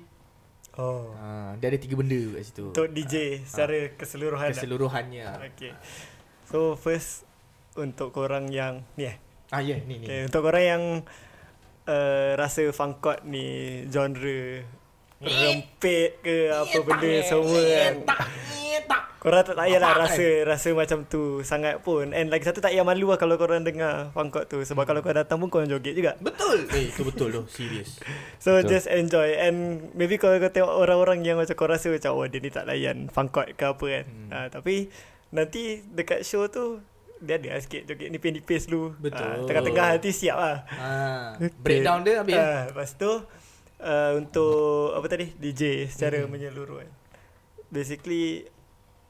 [SPEAKER 3] Oh.
[SPEAKER 1] ha, dia ada tiga benda kat situ Ah,
[SPEAKER 3] Untuk DJ secara keseluruhan. lah.
[SPEAKER 1] keseluruhannya
[SPEAKER 3] Okay. So first untuk korang yang ni eh.
[SPEAKER 1] Ah ya, yeah, ni ni.
[SPEAKER 3] Okay, untuk korang yang uh, rasa fangkot ni genre rempit ke apa benda semua kan. Korang tak, tak payahlah rasa rasa macam tu sangat pun. And lagi satu tak payah malu lah kalau korang dengar fangkot tu. Sebab kalau kau datang pun korang joget juga.
[SPEAKER 1] Betul. Eh, itu betul tu, serius.
[SPEAKER 3] So
[SPEAKER 2] Betul.
[SPEAKER 3] Betul. just enjoy And maybe kalau kau tengok orang-orang yang macam kau rasa macam Oh dia ni tak layan fangkot ke apa kan hmm. ha, Tapi nanti dekat show tu Dia ada lah sikit joget nipis-nipis dulu
[SPEAKER 1] Betul.
[SPEAKER 3] Ah, Tengah-tengah hati siap lah
[SPEAKER 1] Ha, breakdown dia habis.
[SPEAKER 3] ha, Lepas tu uh, Untuk apa tadi DJ secara hmm. menyeluruh kan Basically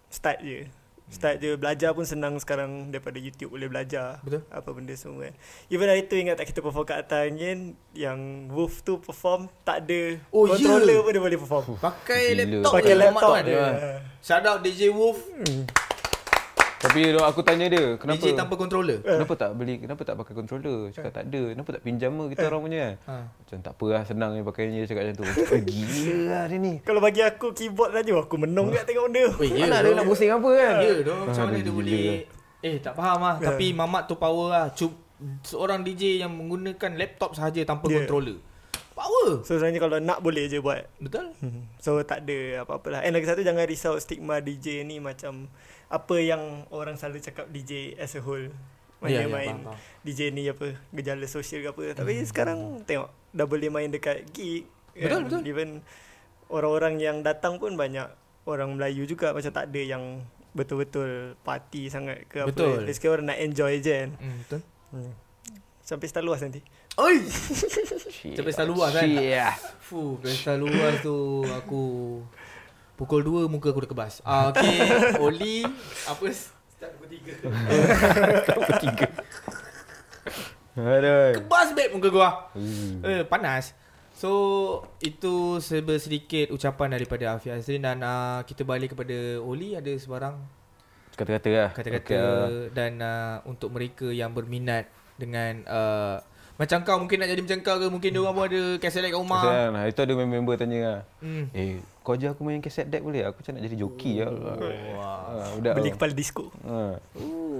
[SPEAKER 3] start je Start je Belajar pun senang sekarang Daripada YouTube boleh belajar
[SPEAKER 1] Betul.
[SPEAKER 3] Apa benda semua kan Even hari tu ingat tak kita perform kat atas angin Yang Wolf tu perform Tak ada
[SPEAKER 1] Oh,
[SPEAKER 3] Controller
[SPEAKER 1] ya. Oh,
[SPEAKER 3] pun dia boleh perform
[SPEAKER 1] Pakai
[SPEAKER 2] Gila.
[SPEAKER 1] laptop
[SPEAKER 3] Pakai
[SPEAKER 1] je,
[SPEAKER 3] laptop
[SPEAKER 1] Muhammad
[SPEAKER 3] dia
[SPEAKER 1] Wan. Shout out DJ Wolf,
[SPEAKER 2] Tapi dok, aku tanya dia, kenapa?
[SPEAKER 1] DJ tanpa controller.
[SPEAKER 2] Kenapa tak beli, kenapa tak pakai controller? Cakap tak ada. Kenapa tak pinjam lah kita orang punya kan?
[SPEAKER 1] Ha.
[SPEAKER 2] Macam tak apa lah, senang je pakai je cakap macam tu. Eh, gila lah dia ni.
[SPEAKER 3] Kalau bagi aku keyboard saja Aku menung kat tengok benda
[SPEAKER 1] Weh, Oh. ya.
[SPEAKER 2] Anak dia nak pusing apa kan?
[SPEAKER 1] Ya, doh macam mana dia
[SPEAKER 2] Aduh, gila
[SPEAKER 1] boleh Eh, tak faham lah.
[SPEAKER 3] Ya.
[SPEAKER 1] Tapi mamat tu power lah. Cub seorang DJ yang menggunakan laptop sahaja tanpa
[SPEAKER 3] Ya.
[SPEAKER 1] controller. Power.
[SPEAKER 3] So sebenarnya kalau nak boleh je buat
[SPEAKER 1] Betul?
[SPEAKER 3] Hmm. So tak ada apa-apalah And lagi satu jangan risau stigma DJ ni macam Apa yang orang selalu cakap DJ as a whole Main
[SPEAKER 1] Ya, ya,
[SPEAKER 3] yeah,
[SPEAKER 1] faham,
[SPEAKER 3] main
[SPEAKER 1] Mm-hmm. faham.
[SPEAKER 3] DJ ni apa Gejala sosial ke apa Tapi sekarang tengok Dah boleh main dekat gig kan?
[SPEAKER 2] Betul, betul.
[SPEAKER 3] Even Orang-orang yang datang pun banyak Orang Melayu juga Macam tak ada yang Betul-betul Party sangat ke
[SPEAKER 1] Betul.
[SPEAKER 3] apa Lagi orang nak enjoy je kan
[SPEAKER 1] Hmm, betul.
[SPEAKER 3] hmm. Sampai setelah luas nanti
[SPEAKER 1] Oi!
[SPEAKER 2] Shit.
[SPEAKER 1] Sampai selalu luas, kan?
[SPEAKER 2] Shit.
[SPEAKER 1] Fuh, pesta luas tu aku pukul 2 muka aku dah kebas. Ah, okay, Oli, apa? s-
[SPEAKER 2] Kau tiga. Aduh.
[SPEAKER 1] Kebas babe muka gua.
[SPEAKER 2] Hmm.
[SPEAKER 1] Eh, panas. So, itu serba sedikit ucapan daripada Afi Azrin dan uh, kita balik kepada Oli ada sebarang
[SPEAKER 2] Kata-kata lah.
[SPEAKER 1] kata-kata
[SPEAKER 2] Okay.
[SPEAKER 1] okay. dan uh, untuk mereka yang berminat dengan uh, macam kau mungkin nak jadi macam kau ke mungkin dia orang pun ada kaset deck kat rumah.
[SPEAKER 2] Kasihan. Hari tu lah. ada member tanya lah.
[SPEAKER 1] Hmm.
[SPEAKER 2] Eh, kau ajar aku main kaset deck boleh? Aku macam nak jadi joki lah. Ah, budak
[SPEAKER 3] Beli
[SPEAKER 2] tu.
[SPEAKER 3] kepala disco
[SPEAKER 2] Ha.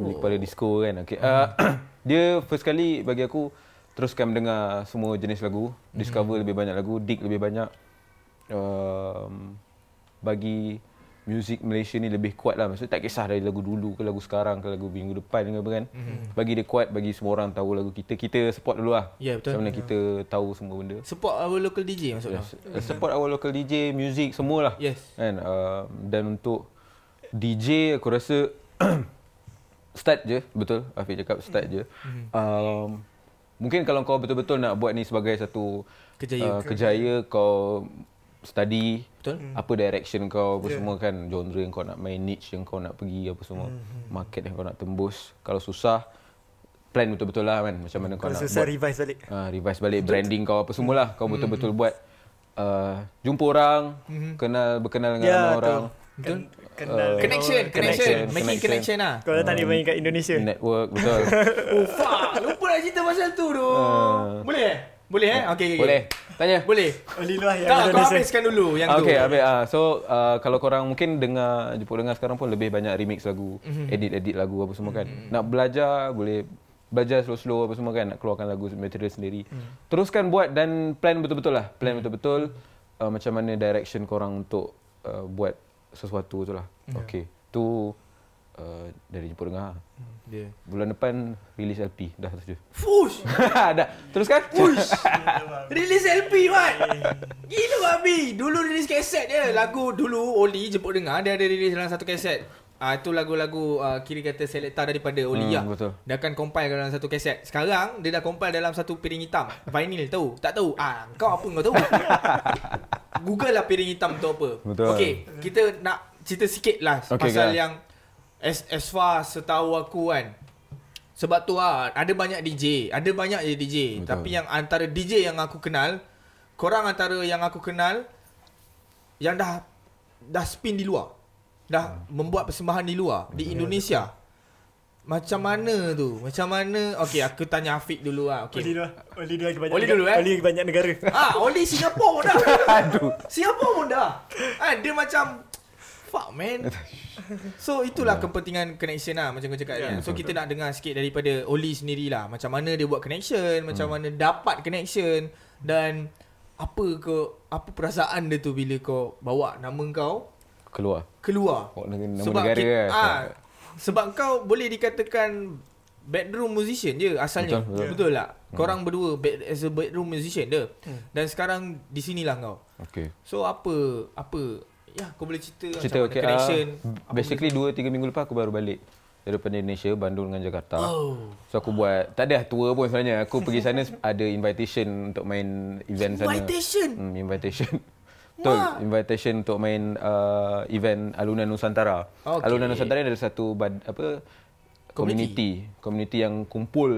[SPEAKER 2] Beli kepala disco kan. Okay. Uh, dia first kali bagi aku teruskan mendengar semua jenis lagu,
[SPEAKER 1] Mhm.
[SPEAKER 2] discover lebih banyak lagu, dig lebih banyak. Um, bagi music Malaysia ni lebih kuat lah. Maksudnya tak kisah dari lagu dulu ke lagu sekarang ke lagu minggu depan ke apa kan.
[SPEAKER 1] Mhm.
[SPEAKER 2] Bagi dia kuat, bagi semua orang tahu lagu kita. Kita support dulu lah.
[SPEAKER 1] Ya, betul.
[SPEAKER 2] Macam mana kita tahu semua benda.
[SPEAKER 1] Support our local DJ maksud kau.
[SPEAKER 2] Yes. Support our local DJ, music, semualah.
[SPEAKER 1] Yes.
[SPEAKER 2] Kan? Uh, dan untuk DJ aku rasa start je, betul Afiq cakap start je. Um, mungkin kalau kau betul-betul nak buat ni sebagai satu
[SPEAKER 1] Kejaya.
[SPEAKER 2] uh, kejaya kau study
[SPEAKER 1] Betul?
[SPEAKER 2] apa direction kau apa yeah. semua kan genre yang kau nak main niche yang kau nak pergi apa semua market yang kau nak tembus kalau susah plan betul-betul lah kan macam mana kau
[SPEAKER 3] Kalau
[SPEAKER 2] nak
[SPEAKER 3] susah
[SPEAKER 2] buat
[SPEAKER 3] revise balik
[SPEAKER 2] Ah, revise balik branding kau apa semualah.
[SPEAKER 3] Hmm,
[SPEAKER 2] Kau betul-betul buat uh, jumpa orang, kenal berkenal dengan
[SPEAKER 3] Ya,
[SPEAKER 2] ramai
[SPEAKER 3] betul.
[SPEAKER 2] orang, Eh,
[SPEAKER 3] kan,
[SPEAKER 1] Connection,
[SPEAKER 3] Kenal
[SPEAKER 1] connection, Oh, connection,
[SPEAKER 2] Connection,
[SPEAKER 1] making connection
[SPEAKER 2] connection.
[SPEAKER 1] lah.
[SPEAKER 3] Kalau tak dia main kat Indonesia
[SPEAKER 2] network betul.
[SPEAKER 1] Oh fuck, lupa nak cerita pasal tu tu.
[SPEAKER 2] Ah.
[SPEAKER 1] Boleh eh? Boleh eh? Okey okey.
[SPEAKER 2] Boleh. Tanya.
[SPEAKER 1] Boleh.
[SPEAKER 3] Oli luah yang
[SPEAKER 1] Tak, kau
[SPEAKER 3] Indonesia
[SPEAKER 1] habiskan dulu yang tu.
[SPEAKER 2] Okay, habis. ah. so, uh, kalau korang mungkin dengar, jumpa dengar sekarang pun lebih banyak remix lagu,
[SPEAKER 3] Hmm.
[SPEAKER 2] edit-edit lagu apa semua kan. Nak belajar, boleh belajar slow-slow apa semua kan. Nak keluarkan lagu material sendiri.
[SPEAKER 3] Hmm.
[SPEAKER 2] Teruskan buat dan plan betul-betul lah. Plan betul-betul uh, macam mana direction korang untuk uh, buat sesuatu tu lah.
[SPEAKER 3] Ya.
[SPEAKER 2] Okay. Tu uh, dari jumpa dengar.
[SPEAKER 1] Dia.
[SPEAKER 2] Bulan depan release LP. Dah tu je.
[SPEAKER 1] Fush.
[SPEAKER 2] Dah. Teruskan. Push.
[SPEAKER 1] kan? Release LP Mat Gila babi Dulu release kaset dia Lagu dulu Oli jemput dengar Dia ada release dalam satu kaset Ah Itu lagu-lagu ah, Kiri kata selekta daripada Oli
[SPEAKER 2] Hmm,
[SPEAKER 1] lah.
[SPEAKER 2] betul.
[SPEAKER 1] Dia akan compile dalam satu kaset Sekarang Dia dah compile dalam satu piring hitam Vinyl tahu Tak tahu Ah Kau apa kau tahu Google lah piring hitam tu apa
[SPEAKER 2] Betul.
[SPEAKER 1] Okay Kita nak cerita sikit lah okay,
[SPEAKER 2] Okay,
[SPEAKER 1] Pasal
[SPEAKER 2] Kak.
[SPEAKER 1] yang as, as far setahu aku kan sebab tu lah Ada banyak DJ Ada banyak je DJ Betul.
[SPEAKER 2] Betul.
[SPEAKER 1] Tapi yang antara DJ yang aku kenal Korang antara yang aku kenal Yang dah Dah spin di luar Dah membuat persembahan di luar Di Indonesia Macam mana tu Macam mana Okay aku tanya Afiq dulu lah okay.
[SPEAKER 3] Oli luah Oli luah lagi banyak
[SPEAKER 1] Oli dulu, eh?
[SPEAKER 3] Oli lagi banyak negara
[SPEAKER 1] Ah, Oli Singapura pun dah
[SPEAKER 2] Aduh.
[SPEAKER 1] Singapura pun dah ah, Dia macam Fuck man So
[SPEAKER 2] Ya.
[SPEAKER 1] itulah kepentingan connection lah Macam kau cakap yeah, So kita nak dengar sikit daripada Oli sendiri lah Macam mana dia buat connection
[SPEAKER 2] Hmm.
[SPEAKER 1] Macam mana dapat connection Dan Apa ke Apa perasaan dia tu bila kau Bawa nama kau
[SPEAKER 2] Keluar.
[SPEAKER 1] Keluar
[SPEAKER 2] Bawa Oh, nama negara
[SPEAKER 1] ki-
[SPEAKER 2] kan.
[SPEAKER 1] ah, Sebab kau boleh dikatakan Bedroom musician je asalnya
[SPEAKER 2] Betul, Hmm. betul.
[SPEAKER 1] betul tak? Korang berdua bed, as a bedroom musician dia Dan sekarang di sinilah kau
[SPEAKER 2] Okay.
[SPEAKER 1] So apa apa ya kau boleh cerita lah
[SPEAKER 2] Cerita
[SPEAKER 1] macam
[SPEAKER 2] okay,
[SPEAKER 1] mana connection
[SPEAKER 2] Uh, basically 2-3 minggu lepas aku baru balik daripada Indonesia, Bandung dengan Jakarta.
[SPEAKER 1] Oh.
[SPEAKER 2] So aku buat, tak ada tour pun sebenarnya. Aku pergi sana ada invitation untuk main event sana.
[SPEAKER 1] Invitation?
[SPEAKER 2] Hmm, invitation. Betul, invitation untuk main uh, event Alunan Nusantara.
[SPEAKER 1] Okay.
[SPEAKER 2] Alunan Nusantara ni ada satu bad, apa community. community yang kumpul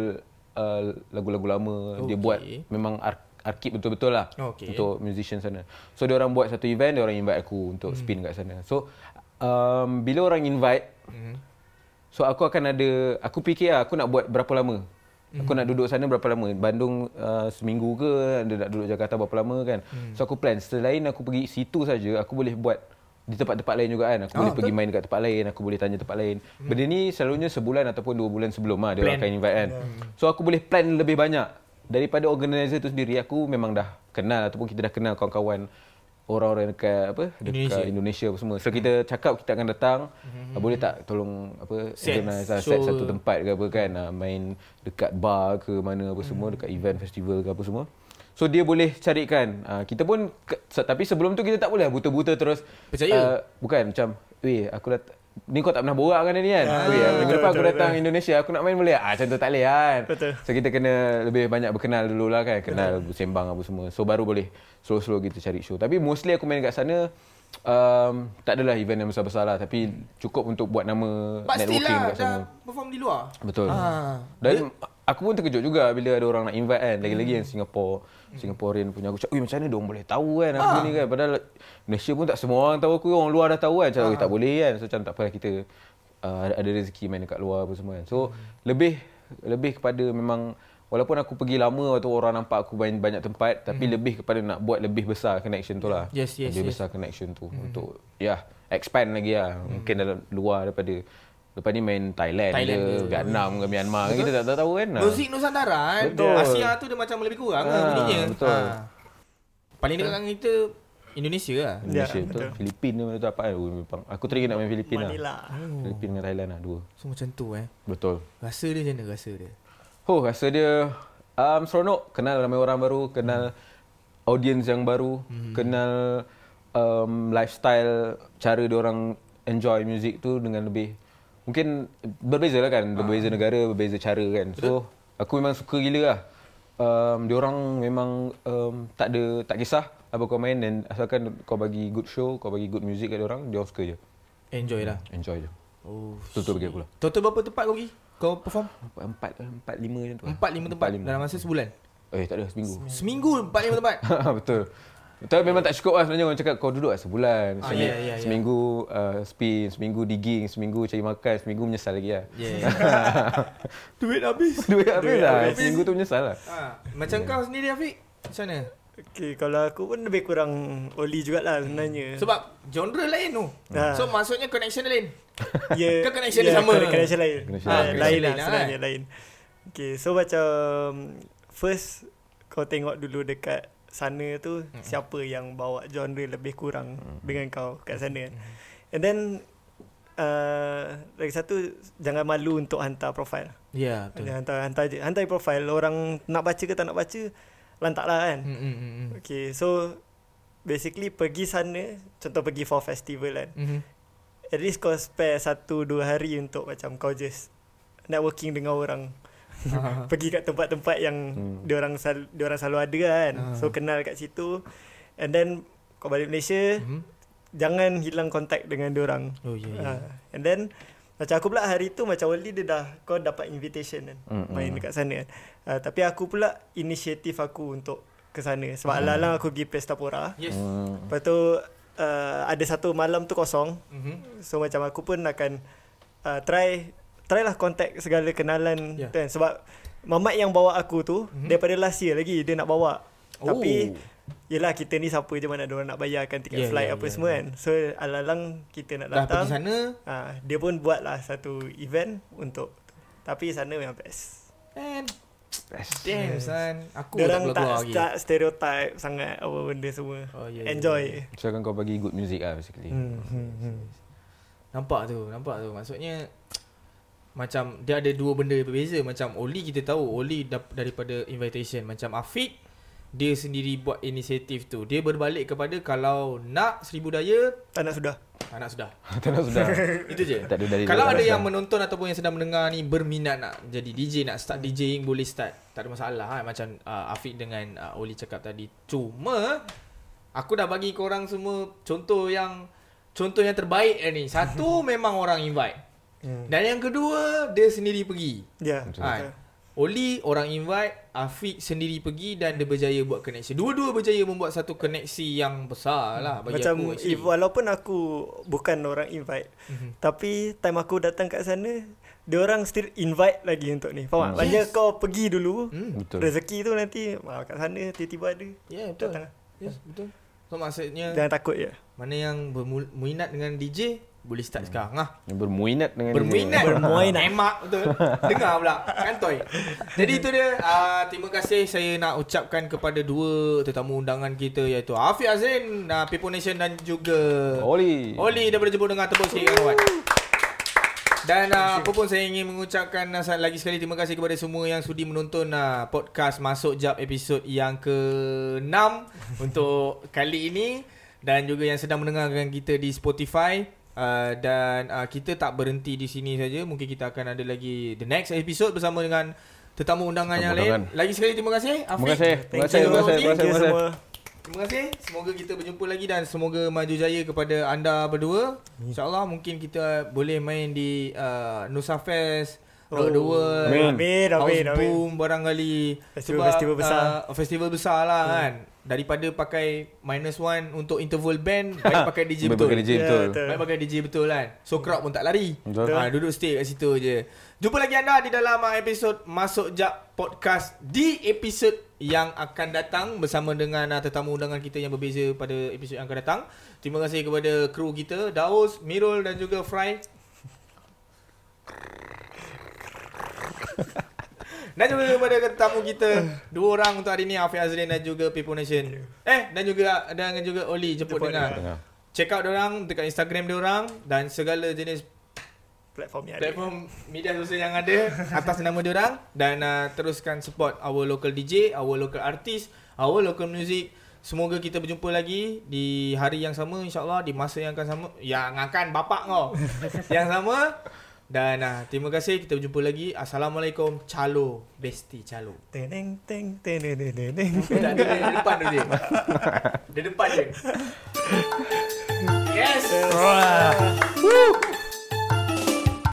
[SPEAKER 2] uh, lagu-lagu lama dia
[SPEAKER 1] Okay.
[SPEAKER 2] buat memang ar- arkib betul-betul lah
[SPEAKER 1] Okay.
[SPEAKER 2] untuk untuk musician sana. So dia orang buat satu event, dia orang invite aku untuk hmm. spin kat sana. So um, bila orang invite, hmm. so aku akan ada aku fikir lah, aku nak buat berapa lama. Aku nak duduk sana berapa lama? Bandung uh, seminggu ke, ada nak duduk Jakarta berapa lama kan. So aku plan selain aku pergi situ saja, aku boleh buat di tempat-tempat lain juga kan. Aku boleh pergi main kat tempat lain, aku boleh tanya tempat lain. Benda ni selalunya sebulan ataupun dua bulan sebelum lah dia orang akan invite kan. So aku boleh plan lebih banyak daripada organizer tu sendiri aku memang dah kenal ataupun kita dah kenal kawan-kawan orang-orang dekat apa
[SPEAKER 1] Indonesia.
[SPEAKER 2] dekat
[SPEAKER 1] Hmm.
[SPEAKER 2] Indonesia, Indonesia apa semua. So kita cakap kita akan datang, mm-hmm. boleh tak tolong apa
[SPEAKER 1] Set.
[SPEAKER 2] organize lah,
[SPEAKER 1] So-
[SPEAKER 2] set satu
[SPEAKER 3] Hmm.
[SPEAKER 2] tempat ke apa kan, ah, main dekat bar ke mana apa
[SPEAKER 3] Hmm.
[SPEAKER 2] semua, dekat event festival ke apa semua. So dia boleh carikan. Ah, kita pun ke- se- tapi sebelum tu kita tak boleh lah buta-buta terus.
[SPEAKER 1] Percaya?
[SPEAKER 2] ah, bukan macam weh aku dat- Ni kau tak pernah borak kan ni kan? Weh, minggu
[SPEAKER 3] Ah, betul,
[SPEAKER 2] lepas aku
[SPEAKER 3] betul,
[SPEAKER 2] datang Indonesia, aku nak main boleh? Ah, macam tu tak boleh kan?
[SPEAKER 3] Betul.
[SPEAKER 2] So kita kena lebih banyak berkenal dulu lah kan Kenal sembang apa semua So baru boleh slow-slow kita cari show Tapi mostly aku main kat sana um, Tak adalah event yang besar-besar lah Tapi
[SPEAKER 3] Hmm.
[SPEAKER 2] cukup untuk buat nama
[SPEAKER 1] But still
[SPEAKER 2] networking
[SPEAKER 1] lah
[SPEAKER 2] kat sana
[SPEAKER 1] dah perform di luar.
[SPEAKER 2] Betul
[SPEAKER 1] Ah.
[SPEAKER 2] Dan aku pun terkejut juga bila ada orang nak invite kan Lagi-lagi yang Singapore Singaporean punya aku cakap, "Ui macam mana diorang boleh tahu kan
[SPEAKER 1] Ah.
[SPEAKER 2] aku ni kan padahal Malaysia pun tak semua orang tahu aku, orang luar dah tahu kan. Macam
[SPEAKER 1] Ah.
[SPEAKER 2] "Ui, tak boleh kan. So macam tak apalah kita uh, ada- ada rezeki main dekat luar apa semua kan. So lebih lebih kepada memang walaupun aku pergi lama waktu orang nampak aku main banyak tempat tapi lebih kepada nak buat lebih besar connection tu lah.
[SPEAKER 1] Hmm. Yes, yes, yes. Hmm.
[SPEAKER 2] lebih besar connection tu untuk ya expand lagi lah mungkin dalam luar daripada lepas ni main
[SPEAKER 1] Thailand
[SPEAKER 2] Thailand, Thailand ke,
[SPEAKER 1] ke.
[SPEAKER 2] Vietnam ke Myanmar ke, kita tak, tak tahu kan.
[SPEAKER 1] Muzik Nusantara kan.
[SPEAKER 2] Betul.
[SPEAKER 1] Asia tu dia macam lebih kurang lah
[SPEAKER 2] Ah,
[SPEAKER 1] bunyinya.
[SPEAKER 2] betul.
[SPEAKER 1] Ah. Paling dekat dengan kita Indonesia lah.
[SPEAKER 2] Malaysia
[SPEAKER 3] Ya,
[SPEAKER 2] betul.
[SPEAKER 3] betul.
[SPEAKER 2] Filipin ni mana tu apa kan? Ui, memang. Aku teringin nak main Filipin lah.
[SPEAKER 3] Manila.
[SPEAKER 2] Filipin dengan Thailand lah dua.
[SPEAKER 1] So macam tu eh.
[SPEAKER 2] Betul.
[SPEAKER 1] Rasa dia macam mana rasa dia?
[SPEAKER 2] Oh, rasa dia um, seronok. Kenal ramai orang baru, kenal audience yang baru,
[SPEAKER 1] Hmm.
[SPEAKER 2] kenal um, lifestyle, cara orang enjoy music tu dengan lebih mungkin berbeza lah kan, berbeza
[SPEAKER 1] Ah.
[SPEAKER 2] negara, berbeza cara kan. So, aku memang suka gila lah. Um, diorang memang um, tak ada tak kisah apa kau main dan asalkan kau bagi good show, kau bagi good music kat diorang, diorang suka je.
[SPEAKER 1] Enjoy lah.
[SPEAKER 2] Enjoy je.
[SPEAKER 1] Oh.
[SPEAKER 2] Tutup bagi aku lah.
[SPEAKER 1] Total berapa tempat kau pergi? Kau perform?
[SPEAKER 2] Empat, empat lima macam tu lah.
[SPEAKER 1] Empat lima tempat
[SPEAKER 2] lima.
[SPEAKER 1] dalam masa sebulan.
[SPEAKER 2] Eh, tak ada, seminggu.
[SPEAKER 1] Seminggu empat lima tempat.
[SPEAKER 2] Betul. Betul memang tak cukup lah sebenarnya orang cakap kau duduk lah sebulan,
[SPEAKER 1] Ah,
[SPEAKER 2] seminggu,
[SPEAKER 1] ya, ya, ya.
[SPEAKER 2] seminggu uh, spin, seminggu digging, seminggu cari makan, seminggu menyesal lagi lah.
[SPEAKER 1] Yeah. Ya. Duit habis.
[SPEAKER 2] Duit habis lah,
[SPEAKER 1] habis.
[SPEAKER 2] seminggu tu menyesal lah.
[SPEAKER 1] Ha, macam kau sendiri Afiq, macam mana?
[SPEAKER 3] Okay, kalau aku pun lebih kurang oli jugalah sebenarnya.
[SPEAKER 1] Sebab genre lain tu.
[SPEAKER 3] Ah.
[SPEAKER 1] So maksudnya connection dia lain.
[SPEAKER 3] Ya,
[SPEAKER 1] Kan connection dia sama.
[SPEAKER 3] Connection lain.
[SPEAKER 2] Connection lain.
[SPEAKER 3] Ha, lain lah,
[SPEAKER 1] Lain lah,
[SPEAKER 3] sebenarnya lain. Okay, so macam first kau tengok dulu dekat sana tu
[SPEAKER 1] Hmm.
[SPEAKER 3] mm siapa yang bawa genre lebih kurang mm dengan kau kat sana. And then uh, lagi satu jangan malu untuk hantar profile.
[SPEAKER 1] Ya, betul.
[SPEAKER 3] Jangan hantar hantar je. Hantar profile orang nak baca ke tak nak baca lantaklah kan.
[SPEAKER 1] Hmm, hmm, hmm, hmm.
[SPEAKER 3] Okay, so basically pergi sana, contoh pergi for festival kan.
[SPEAKER 1] Mhm.
[SPEAKER 3] At least kau spare satu dua hari untuk macam kau just networking dengan orang.
[SPEAKER 1] Ah.
[SPEAKER 3] Pergi kat tempat-tempat yang
[SPEAKER 2] Hmm.
[SPEAKER 3] dia orang sel, dia orang selalu ada kan.
[SPEAKER 1] Ah.
[SPEAKER 3] So kenal kat situ. And then kau balik Malaysia,
[SPEAKER 1] Mhm.
[SPEAKER 3] jangan hilang kontak dengan dia orang.
[SPEAKER 1] Oh ya. ya.
[SPEAKER 3] Uh, and then macam aku pula hari tu macam Wali dia dah kau dapat invitation kan
[SPEAKER 2] Mm-mm.
[SPEAKER 3] main dekat sana kan. Uh, tapi aku pula inisiatif aku untuk ke sana sebab alang-alang aku pergi Pestapora.
[SPEAKER 1] Yes.
[SPEAKER 2] Hmm.
[SPEAKER 3] Lepas tu uh, ada satu malam tu kosong.
[SPEAKER 1] Mhm.
[SPEAKER 3] So macam aku pun akan uh, try try lah contact segala kenalan
[SPEAKER 1] Yeah.
[SPEAKER 3] yeah. tu kan sebab mamat yang bawa aku tu mm-hmm. daripada last year lagi dia nak bawa.
[SPEAKER 1] Oh.
[SPEAKER 3] Oh. Tapi yelah kita ni siapa je mana ada orang nak bayarkan tiket
[SPEAKER 1] Yeah,
[SPEAKER 3] yeah, flight
[SPEAKER 1] yeah,
[SPEAKER 3] apa
[SPEAKER 1] yeah,
[SPEAKER 3] yeah, semua yeah. kan. So alang-alang kita nak
[SPEAKER 1] ya, Dah
[SPEAKER 3] datang.
[SPEAKER 1] pergi sana.
[SPEAKER 3] Ha, dia pun buat lah satu event untuk tapi sana memang best.
[SPEAKER 1] And
[SPEAKER 2] Best.
[SPEAKER 1] damn son. Aku
[SPEAKER 3] Dia
[SPEAKER 1] tak
[SPEAKER 3] orang
[SPEAKER 1] boleh
[SPEAKER 3] tak,
[SPEAKER 1] keluar
[SPEAKER 3] tak,
[SPEAKER 1] lagi.
[SPEAKER 3] tak stereotype sangat apa benda semua.
[SPEAKER 1] Oh, ya, ya,
[SPEAKER 3] Enjoy.
[SPEAKER 1] ya.
[SPEAKER 2] Misalkan kau bagi good music lah basically.
[SPEAKER 1] Hmm, hmm, hmm. Nampak tu, nampak tu. Maksudnya macam dia ada dua benda yang berbeza. Macam Oli kita tahu Oli dap- daripada invitation. Macam Afiq dia sendiri buat inisiatif tu. Dia berbalik kepada kalau nak seribu daya,
[SPEAKER 3] Tak nak sudah.
[SPEAKER 1] tak nak sudah.
[SPEAKER 2] Tak nak sudah. Eh,
[SPEAKER 1] Itu je.
[SPEAKER 2] Tak ada dalil.
[SPEAKER 1] Kalau
[SPEAKER 2] Tak
[SPEAKER 1] ada
[SPEAKER 2] rasa.
[SPEAKER 1] yang menonton ataupun yang sedang mendengar ni berminat nak jadi DJ, nak start DJing boleh start. Tak ada masalah ha? macam uh, Afiq dengan uh, Oli cakap tadi. Cuma aku dah bagi korang semua contoh yang contoh yang terbaik dah ni. Satu memang orang invite.
[SPEAKER 3] Hmm.
[SPEAKER 1] Dan yang kedua dia sendiri pergi.
[SPEAKER 3] Ya.
[SPEAKER 2] Betul.
[SPEAKER 1] Ha. Oli orang invite, Afiq sendiri pergi dan dia berjaya buat koneksi. Dua-dua berjaya membuat satu koneksi yang besar lah bagi
[SPEAKER 3] Macam
[SPEAKER 1] aku. actually. Mhm.
[SPEAKER 3] if, walaupun aku bukan orang invite mm-hmm. tapi time aku datang kat sana dia orang still invite lagi untuk ni. Faham?
[SPEAKER 2] Hmm.
[SPEAKER 3] tak? Maknanya kau pergi dulu.
[SPEAKER 1] Hmm.
[SPEAKER 2] Betul.
[SPEAKER 3] Rezeki tu nanti ah, kat sana tiba-tiba ada.
[SPEAKER 1] Ya yeah, betul.
[SPEAKER 3] Datang.
[SPEAKER 1] Yes, betul. So maksudnya
[SPEAKER 3] Jangan takut je.
[SPEAKER 1] mana yang berminat dengan DJ Boleh start sekarang lah
[SPEAKER 2] Yang Berminat dengan
[SPEAKER 1] Berminat
[SPEAKER 2] dia.
[SPEAKER 3] Berminat.
[SPEAKER 1] Emak betul Dengar pula Kantoi Jadi itu dia uh, Terima kasih saya nak ucapkan kepada dua Tetamu undangan kita Iaitu Afiq Azrin uh, People Nation dan juga
[SPEAKER 2] Oli.
[SPEAKER 1] Oli daripada Jepun Tengah Tebus Seri Kawan dan uh, apa pun saya ingin mengucapkan uh, lagi sekali terima kasih kepada semua yang sudi menonton uh, podcast Masuk Jap episod yang ke-6 untuk kali ini dan juga yang sedang mendengarkan kita di Spotify uh, dan uh, kita tak berhenti di sini saja mungkin kita akan ada lagi the next episode bersama dengan tetamu undangan
[SPEAKER 2] Tetamu
[SPEAKER 1] yang
[SPEAKER 2] undangan.
[SPEAKER 1] lain. Lagi sekali terima kasih
[SPEAKER 2] Terima
[SPEAKER 1] Afiq.
[SPEAKER 2] kasih. Terima
[SPEAKER 3] Thank
[SPEAKER 2] kasih.
[SPEAKER 3] you.
[SPEAKER 2] Terima kasih. Terima
[SPEAKER 3] Thank
[SPEAKER 2] kasih.
[SPEAKER 3] you
[SPEAKER 2] Terima
[SPEAKER 3] semua.
[SPEAKER 2] kasih.
[SPEAKER 1] Terima kasih. Semoga kita berjumpa lagi dan semoga maju jaya kepada anda berdua. InsyaAllah mungkin kita boleh main di uh, Nusa Fest, Rock the World,
[SPEAKER 2] Amin.
[SPEAKER 3] Oh. Amin, amin,
[SPEAKER 1] House
[SPEAKER 3] amin.
[SPEAKER 1] Boom barangkali.
[SPEAKER 3] Festival- festival besar.
[SPEAKER 1] Uh, festival besar lah hmm. kan. Daripada pakai minus one untuk interval band, baik pakai DJ
[SPEAKER 2] Baik
[SPEAKER 1] betul.
[SPEAKER 2] pakai DJ betul.
[SPEAKER 3] betul.
[SPEAKER 1] Baik pakai DJ betul kan. So crowd pun tak lari.
[SPEAKER 2] Betul.
[SPEAKER 1] Ha, duduk stay kat situ je. Jumpa lagi anda di dalam ah, episod Masuk Jap Podcast di episod yang akan datang bersama dengan ah, tetamu undangan kita yang berbeza pada episod yang akan datang. Terima kasih kepada kru kita Daus, Mirul dan juga Fry. Dan juga kepada tetamu kita Dua orang untuk hari ni Afiq Azrin dan juga People Nation Eh dan juga Dan juga Oli Jeput
[SPEAKER 3] Jemput
[SPEAKER 1] Dengar
[SPEAKER 2] dengar.
[SPEAKER 1] Check out orang Dekat Instagram orang Dan segala jenis
[SPEAKER 3] Platform yang ada.
[SPEAKER 1] platform media sosial yang ada atas nama diorang dan uh, teruskan support our local DJ, our local artist, our local music. Semoga kita berjumpa lagi di hari yang sama insyaallah di masa yang akan sama yang akan bapak kau. yang sama dan uh, terima kasih kita berjumpa lagi. Assalamualaikum calo besti calo. Eh,
[SPEAKER 3] Teneng, teng, teneng, teneng,
[SPEAKER 1] Tak dia, dia
[SPEAKER 3] teneng.
[SPEAKER 1] depan tu je. Dia depan je. Yes.
[SPEAKER 3] Wah.
[SPEAKER 1] Woo.